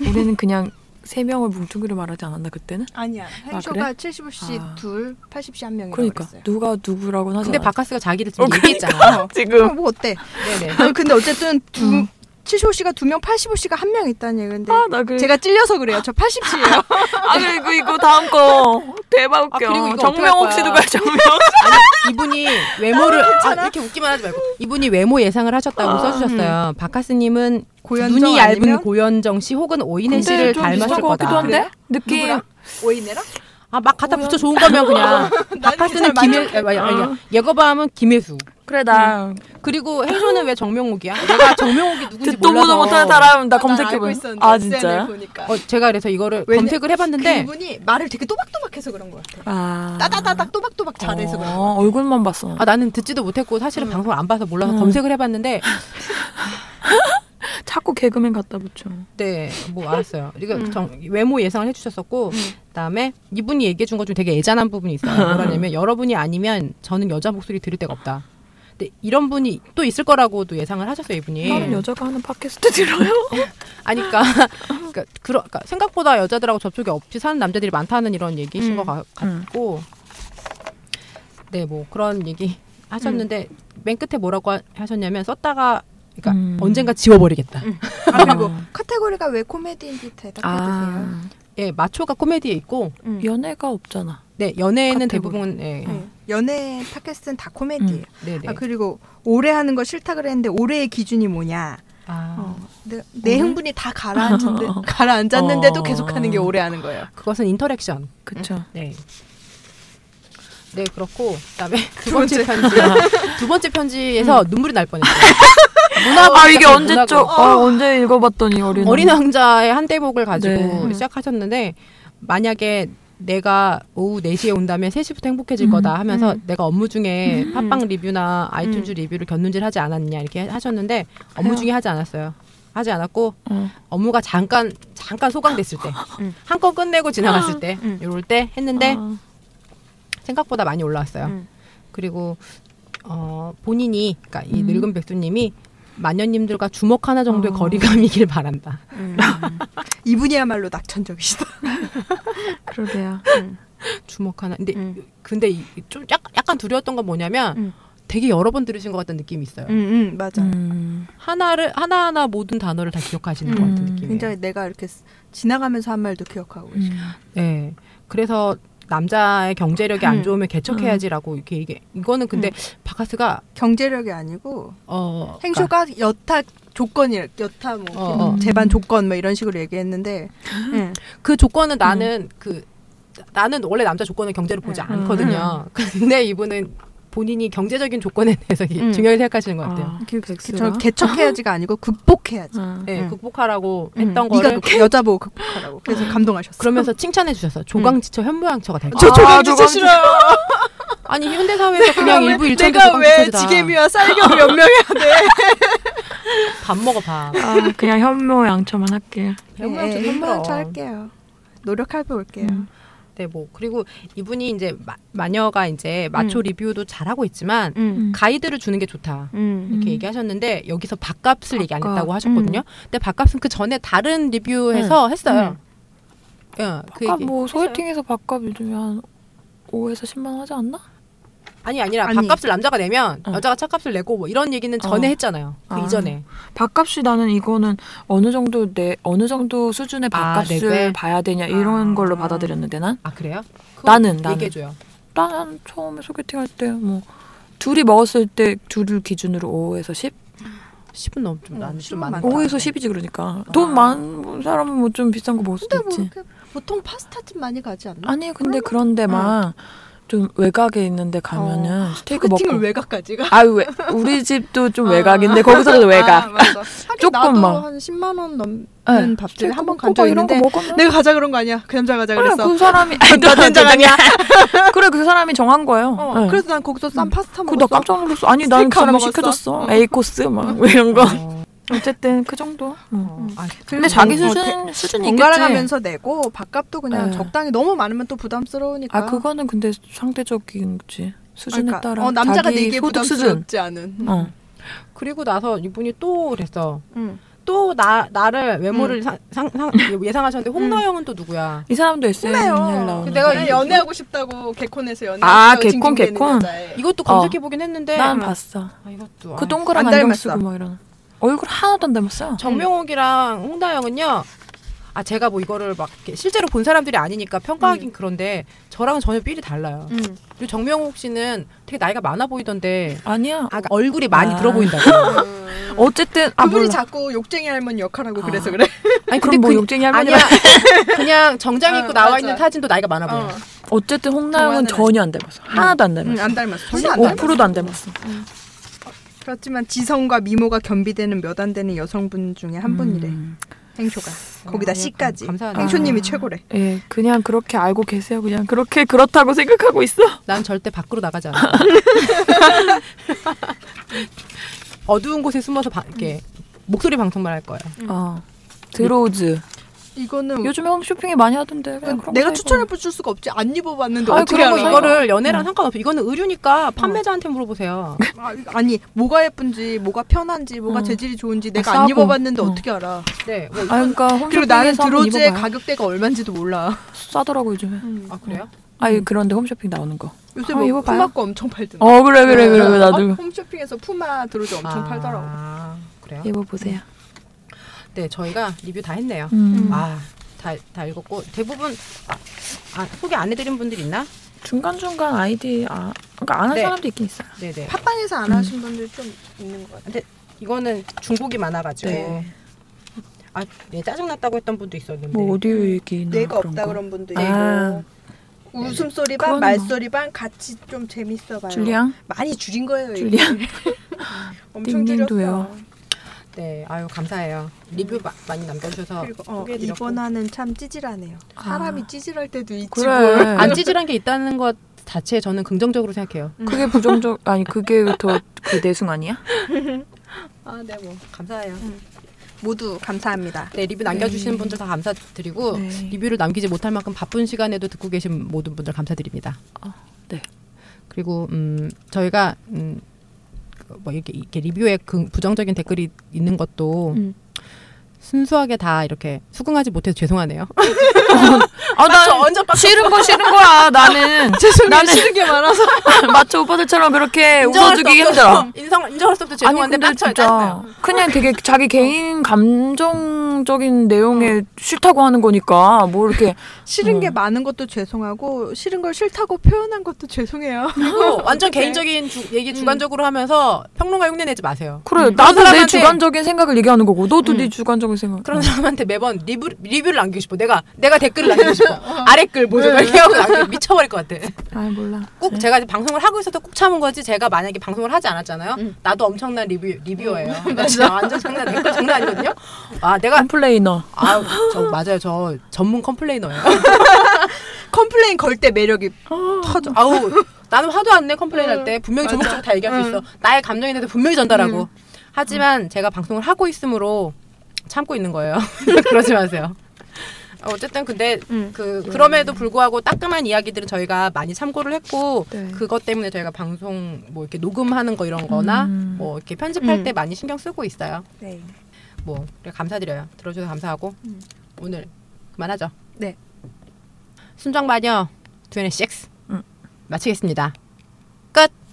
우리는 그냥 세 명을 뭉뚱그려 말하지 않았나 그때는?
아니야. 행쇼가 75씨
아.
둘, 80씨 한 명이라고
그러니까
그랬어요.
누가 누구라고는 하지
근데
않았-
바카스가 자기를 지금
어, 그러니까.
얘기했잖아.
어,
지금 음.
뭐 어때?
네, 네.
아니, 근데 어쨌든 두 75씨가 두 명, 85씨가 한 명 있다는 얘긴데
아, 나 그-
제가 찔려서 그래요. 저 80씨예요.
아 그리고 이거 다음 거 대박 웃겨.
아, 그리고 이거
정명옥
어떡할
씨도
거야?
가요. 정명.
이분이 외모를 아, 이렇게 웃기만 하지 말고 이분이 외모 예상을 하셨다고
아,
써주셨어요.
음.
바카스님은
고현정
눈이 얇은
아니면?
고현정 씨 혹은 오이네 씨를 닮았을
것 같기도
거다.
한데 느낌.
누구랑? 오이네랑?
아 막 갖다 붙여 좋은 거면 그냥 바카스는
잘
김일
아.
예거밤은 김혜수.
그래 나
그리고 행쇼는 왜 정명옥이야? 내가 정명옥이 누군지
듣도 보도
몰라서
못하는 사람 나 검색해
알고
봐.
있었는데
아
SNL
진짜.
보니까.
어, 제가 그래서 이거를
왜냐-
검색을 해봤는데
그분이 말을 되게 또박또박해서 그런 것 같아.
아.
따다다닥 또박또박 잘해서 그런 것
어, 얼굴만 봤어. 음.
아, 나는 듣지도 못했고 사실은 방송을 안 봐서 몰라서 검색을 해봤는데
자꾸 개그맨 갖다 붙여.
네, 뭐 알았어요. 이거
음.
정, 외모 예상을 해주셨었고, 그다음에 이분이 얘기해 준 것 중에 되게 애잔한 부분이 있어요. 뭐라냐면 여러분이 아니면 저는 여자 목소리 들을 데가 없다. 근데 이런 분이 또 있을 거라고도 예상을 하셨어요, 이분이.
다른 여자가 하는 팟캐스트 들어요?
아니까 그러니까, 그러, 그러니까 생각보다 여자들하고 접촉이 없이 사는 남자들이 많다는 이런 얘기신
음.
것 같, 같고, 네, 뭐 그런 얘기 하셨는데 맨 끝에 뭐라고 하- 하셨냐면 썼다가 그러니까
음.
언젠가 지워버리겠다.
아, 그리고 카테고리가 왜 코미디인지 대답해주세요.
아
예, 마초가 코미디에 있고,
음.
연애가 없잖아.
네, 연애는
카테고리.
대부분 예,
네. 연애 팟캐스트는 다 코미디예요.
음.
네, 네.
아 그리고 오래 하는 거 싫다 그랬는데 올해의 기준이 뭐냐?
아,
어, 내, 내 흥분이 다 가라앉는데
어.
가라앉았는데도 계속하는 게 오래 하는 거예요.
그것은 인터랙션.
그쵸.
네. 네, 그렇고 그다음에 두 번째
번째.
편지. 두 번째 편지에서 눈물이 날 뻔했어요. 문학
음. 아 이게 언제죠? 아 언제 읽어봤더니 어린
어린 왕자의 한 대목을 가지고
네.
시작하셨는데 만약에 내가 오후 4시에 온다면 3시부터 행복해질
음.
거다 하면서 내가 업무 중에 팟빵 리뷰나 아이튠즈 리뷰를 견눈질하지 않았냐 이렇게 하셨는데 업무
해요.
중에 하지 않았어요. 하지 않았고
어. 음.
업무가 잠깐 잠깐 소강됐을 때, 한 건 끝내고 지나갔을 때,
음.
이럴 때 했는데
아.
생각보다 많이 올라왔어요.
음.
그리고 어, 본인이, 그러니까 이
음.
늙은 백두님이 마녀님들과 주먹 하나 정도의
어.
거리감이길 바란다.
이분이야말로 낙천적이시다.
그러게요.
주먹 하나. 근데
음.
근데 이- 좀 약, 약간 두려웠던 건 뭐냐면
음.
되게 여러 번 들으신 것 같은 느낌이 있어요.
음, 음 맞아.
음.
하나를 하나하나 모든 단어를 다 기억하시는 것
음.
같은 느낌이에요.
굉장히 내가 이렇게 스- 지나가면서 한 말도 기억하고 계셔.
음.
네. 그래서 남자의 경제력이 안
음.
좋으면 개척해야지라고 이렇게 이게 이거는 근데 바카스가
경제력이 아니고
어
행쇼가 여타 조건이 여타 뭐
어, 어.
재반 조건 뭐 이런 식으로 얘기했는데
네.
음.
그 조건은 나는 그 나는 원래 남자 조건은 경제를 보지
음.
않거든요. 근데 이분은 본인이 경제적인 조건에 대해서 되게 중요하게 생각하시는 것 같아요.
그
저 개척해야지가 아니고 극복해야지.
네,
음.
극복하라고
음.
했던
네가
거를 음.
극- 여자 보고 극복하라고. 그래서 감동하셨어.
그러면서 칭찬해 주셨어요. 조강지처 현모양처가 될거
저
아,
조각
조각
진짜 싫어요.
아니 현대 사회에서 그냥
왜-
일부 일처도
내가 왜
조강지처다.
지게미와 쌀겨 연명해야 돼?
밥 먹어 밥.
아, 그냥 현모양처만 할게요.
현모양처
한번
힘들어.
네, 할게요. 노력할 거 올게요.
예, 음.
네, 뭐 그리고 이분이 이제 마, 마녀가 이제 마초 리뷰도 잘하고 있지만
음. 가이드.
가이드를 주는 게 좋다.
음.
이렇게
음.
얘기하셨는데 여기서 밥값을 얘기 안
밥값.
했다고 하셨거든요. 근데 밥값은 그 전에 다른 리뷰에서 했어요. 예, 그
아까
얘기.
뭐 소개팅에서 밥값 요즘에 한 5에서 10만 원 하지 않나?
아니 아니라
아니.
밥값을 남자가 내면
어.
여자가 차값을 내고 뭐 이런 얘기는 전에
어.
했잖아요. 그
아.
이전에.
밥값이 나는 이거는 어느 정도 내 어느 정도 수준의
아,
밥값을
레벨?
봐야 되냐 이런
아.
걸로 받아들였는데 난
아 그래요? 그거
나는, 나는.
얘기해줘요.
난 처음에 소개팅할 때 뭐 둘이 먹었을 때 둘을 기준으로 5에서 10?
10분 넘 좀, 나는 좀
10은
많다.
많다.
5에서 10이지 그러니까 돈 많은 사람은 뭐 좀 비싼 거 먹을 수도
아. 근데 뭐 음?
있지
이렇게 보통 파스타집 많이 가지 않나?
아니 근데 그런데 막 좀 외곽에 있는데 가면은 스테이크 먹고
어. 소개팅을 외곽까지 그 가.
아유 왜 우리 집도 좀 외곽인데 거기서도 외곽
아, 맞아. 하긴
조금만.
나도 한 10만 원 넘는
네.
밥집에 한 번
먹고
간 적
이런 거
있는데
먹으면
내가 가자 그런 거 아니야. 그 남자 가자
그래
그랬어.
그 사람이
아, 너 된장 아니야?
그래 그 사람이 정한 거예요.
어,
네.
그래서 난 거기서 싼 파스타
그나
먹었어.
깜짝 놀랐어. 아니 난그
스테이크 안
사람이
먹었어. 음.
시켜줬어. A 코스 막뭐 이런 거.
어,
어쨌든 그 정도.
어. 아,
근데 자기
뭐,
음, 수준
대-
수준이
번갈아
있겠지.
가면서 내고 밥값도 그냥
네.
적당히 너무 많으면 또 부담스러우니까.
아 그거는 근데 상대적이지 수준에
그러니까,
따라
어, 남자가
자기
내게
소득 수준.
부담스럽지 않은.
어.
그리고 나서 이분이 또 그랬어.
음.
또 나 나를 외모를 상, 상, 상 예상하셨는데 홍나영은 또 누구야?
이 사람도 SM 나오는.
내가
이-
연애하고 싶다고 개콘에서 연애.
네. 아, 개콘, 개콘?
이것도 검색해 보긴 했는데
난 봤어.
아, 이것도
그
아,
동그란
뭐 안
안경
닮았어.
쓰고 막 이런. 얼굴 하나도 안 닮았어요.
정명옥이랑 홍다영은요. 아 제가 뭐 이거를 막 이렇게 실제로 본 사람들이 아니니까 평가하긴 그런데 저랑 은 전혀 삘이 달라요.
음.
그리고 정명옥 씨는 되게 나이가 많아 보이던데
아니야.
아, 얼굴이 많이
아.
들어 보인다고.
어쨌든 아
그분이
몰라.
자꾸 욕쟁이 할머니 역할하고
아.
그래서 그래.
아니
그럼 뭐 욕쟁이 할머니라.
아니야. 그냥 정장 입고
어,
나와
맞아.
있는 사진도 나이가 많아 보여.
어.
어쨌든
좋아하는
홍나영은 전혀 안 닮았어. 하나도 안
응,
닮았어.
음, 안 닮았어. 전혀 안 닮았어.
5%도 안 닮았어.
그렇지만 지성과 미모가 겸비되는 몇 안 되는 여성분 중에 한 분이래.
음.
행쇼가. 거기다
예,
C까지.
감- 감사하네요.
행쇼님이 최고래.
예, 그냥 그렇게 알고 계세요. 그냥 그렇게 그렇다고 생각하고 있어.
난 절대 밖으로 나가지 않아. 어두운 곳에 숨어서 바, 이렇게 목소리 방송만 할 거예요.
음.
어. 드로우즈.
이거는
요즘에 홈쇼핑에 많이 하던데. 그냥 그런
음. 내가
거
추천해 줄 수가 없지 안 입어봤는데
아이,
어떻게 음.
그런
알아?
그리고
알아요?
이거를 연애랑 상관없어. 이거는 의류니까 판매자한테 물어보세요.
아, 아니 뭐가 예쁜지 뭐가 편한지 뭐가
응.
재질이 좋은지 내가
싸고.
안 음. 아, 입어봤는데
응.
어떻게 알아?
네. 뭐,
입어봐. 아 그러니까 홈쇼핑에서 음.
그리고 나는
한번
드로즈의
입어봐요.
가격대가 얼마인지도 몰라.
싸더라고 요즘에.
아 그래요?
아니 그런데 홈쇼핑 나오는 거.
요새
한번
뭐
입어봐요.
품마 거 엄청 팔던데.
어 그래 그래 그래, 그래
어,
나도
홈쇼핑에서 품마 드로즈 엄청 팔더라고. 예.
아, 그래요?
입어보세요.
네, 저희가 리뷰 다 했네요.
음.
아, 다, 다 읽었고 대부분 아, 아, 소개 안 해드린 분들 있나?
중간 중간 아이디 아 그러니까 아는
네.
사람도 있긴 있어요.
네네.
팟빵에서 안 하신 분들 좀 있는 것 같아.
근데 이거는 중복이 많아가지고
네.
아, 네, 짜증 났다고 했던 분도 있었는데.
뭐 오디오 얘기나
뇌가
그런
없다
거.
그런 분도 있고
아.
웃음소리
그건
반
뭐.
말소리 반 같이 좀 재밌어 봐요.
줄리앙
많이 줄인 거예요. 이게. 음,
줄리앙
엄청 줄였어.
닉네임도요.
네, 아유 감사해요. 리뷰 마, 많이 남겨주셔서
그리고 어,
소개해드렸고.
이번 화는 참 찌질하네요. 사람이 찌질할 때도 있지 뭘.
그래
안 찌질한 게 있다는 것 자체에 저는 긍정적으로 생각해요.
그게 부정적 아니 그게 더그 내숭 아니야?
아, 네 뭐.
감사해요.
모두 감사합니다.
음. 네, 리뷰 남겨주시는 분들 다 감사드리고
네.
리뷰를 남기지 못할 만큼 바쁜 시간에도 듣고 계신 모든 분들 감사드립니다.
어, 네.
그리고 음, 저희가 음, 그뭐 이렇게, 이렇게 리뷰에 긍- 부정적인 댓글이 있는 것도
음.
순수하게 다 이렇게 수긍하지 못해서 죄송하네요.
아난 싫은 거 싫은 거야 나는
죄송해요.
나는
싫은 게 많아서
마초 오빠들처럼 그렇게
인정할 수
웃어주기
없어서.
힘들어.
인정 인정할 수 없어 죄송한데 빡쳐요. 짜증나요.
그냥 되게 자기 개인 감정적인 내용에 싫다고 하는 거니까 뭐 이렇게
싫은
음.
게 많은 것도 죄송하고 싫은 걸 싫다고 표현한 것도 죄송해요.
그리고 어, 완전 개인적인 주, 얘기 주관적으로 하면서 평론가 흉내내지 마세요.
그래
그런
나도 내
사람한테-
주관적인 생각을 얘기하는 거고 너도
음.
네 주관적인 생각.
그런 사람한테 매번 리뷰, 리뷰를 남기고 싶어. 내가 내가 댓글을 남기고 싶어. 아래 글 보세요. 막 이렇게 하고 남기고 미쳐버릴 것 같아.
아 몰라.
꼭 제가 이제 방송을 하고 있어서 꼭 참은 거지. 제가 만약에 방송을 하지 않았잖아요. 나도 엄청난 리뷰 리뷰어예요. 나 진짜 완전 장난 댓글 장난 아니거든요. 아 내가
컴플레이너.
아 저 맞아요. 저 전문 컴플레이너예요.
컴플레인 걸 때 매력이
터져. 아우 나는 화도 안 내 컴플레인 할 때 분명히 조목조목 다 얘기할 수 있어. 나의 감정에 대해서 분명히 전달하고. 하지만 제가 방송을 하고 있으므로 참고 있는 거예요. 그러지 마세요. 어, 어쨌든 근데
음.
그 그럼에도 불구하고 따끔한 이야기들은 저희가 많이 참고를 했고
네.
그것 때문에 저희가 방송 뭐 이렇게 녹음하는 거 이런 거나
음.
뭐 이렇게 편집할
음.
때 많이 신경 쓰고 있어요.
네.
뭐 그래 감사드려요. 들어주셔서 감사하고
음.
오늘 그만하죠.
네.
순정마녀 2NX
음.
마치겠습니다. 끝.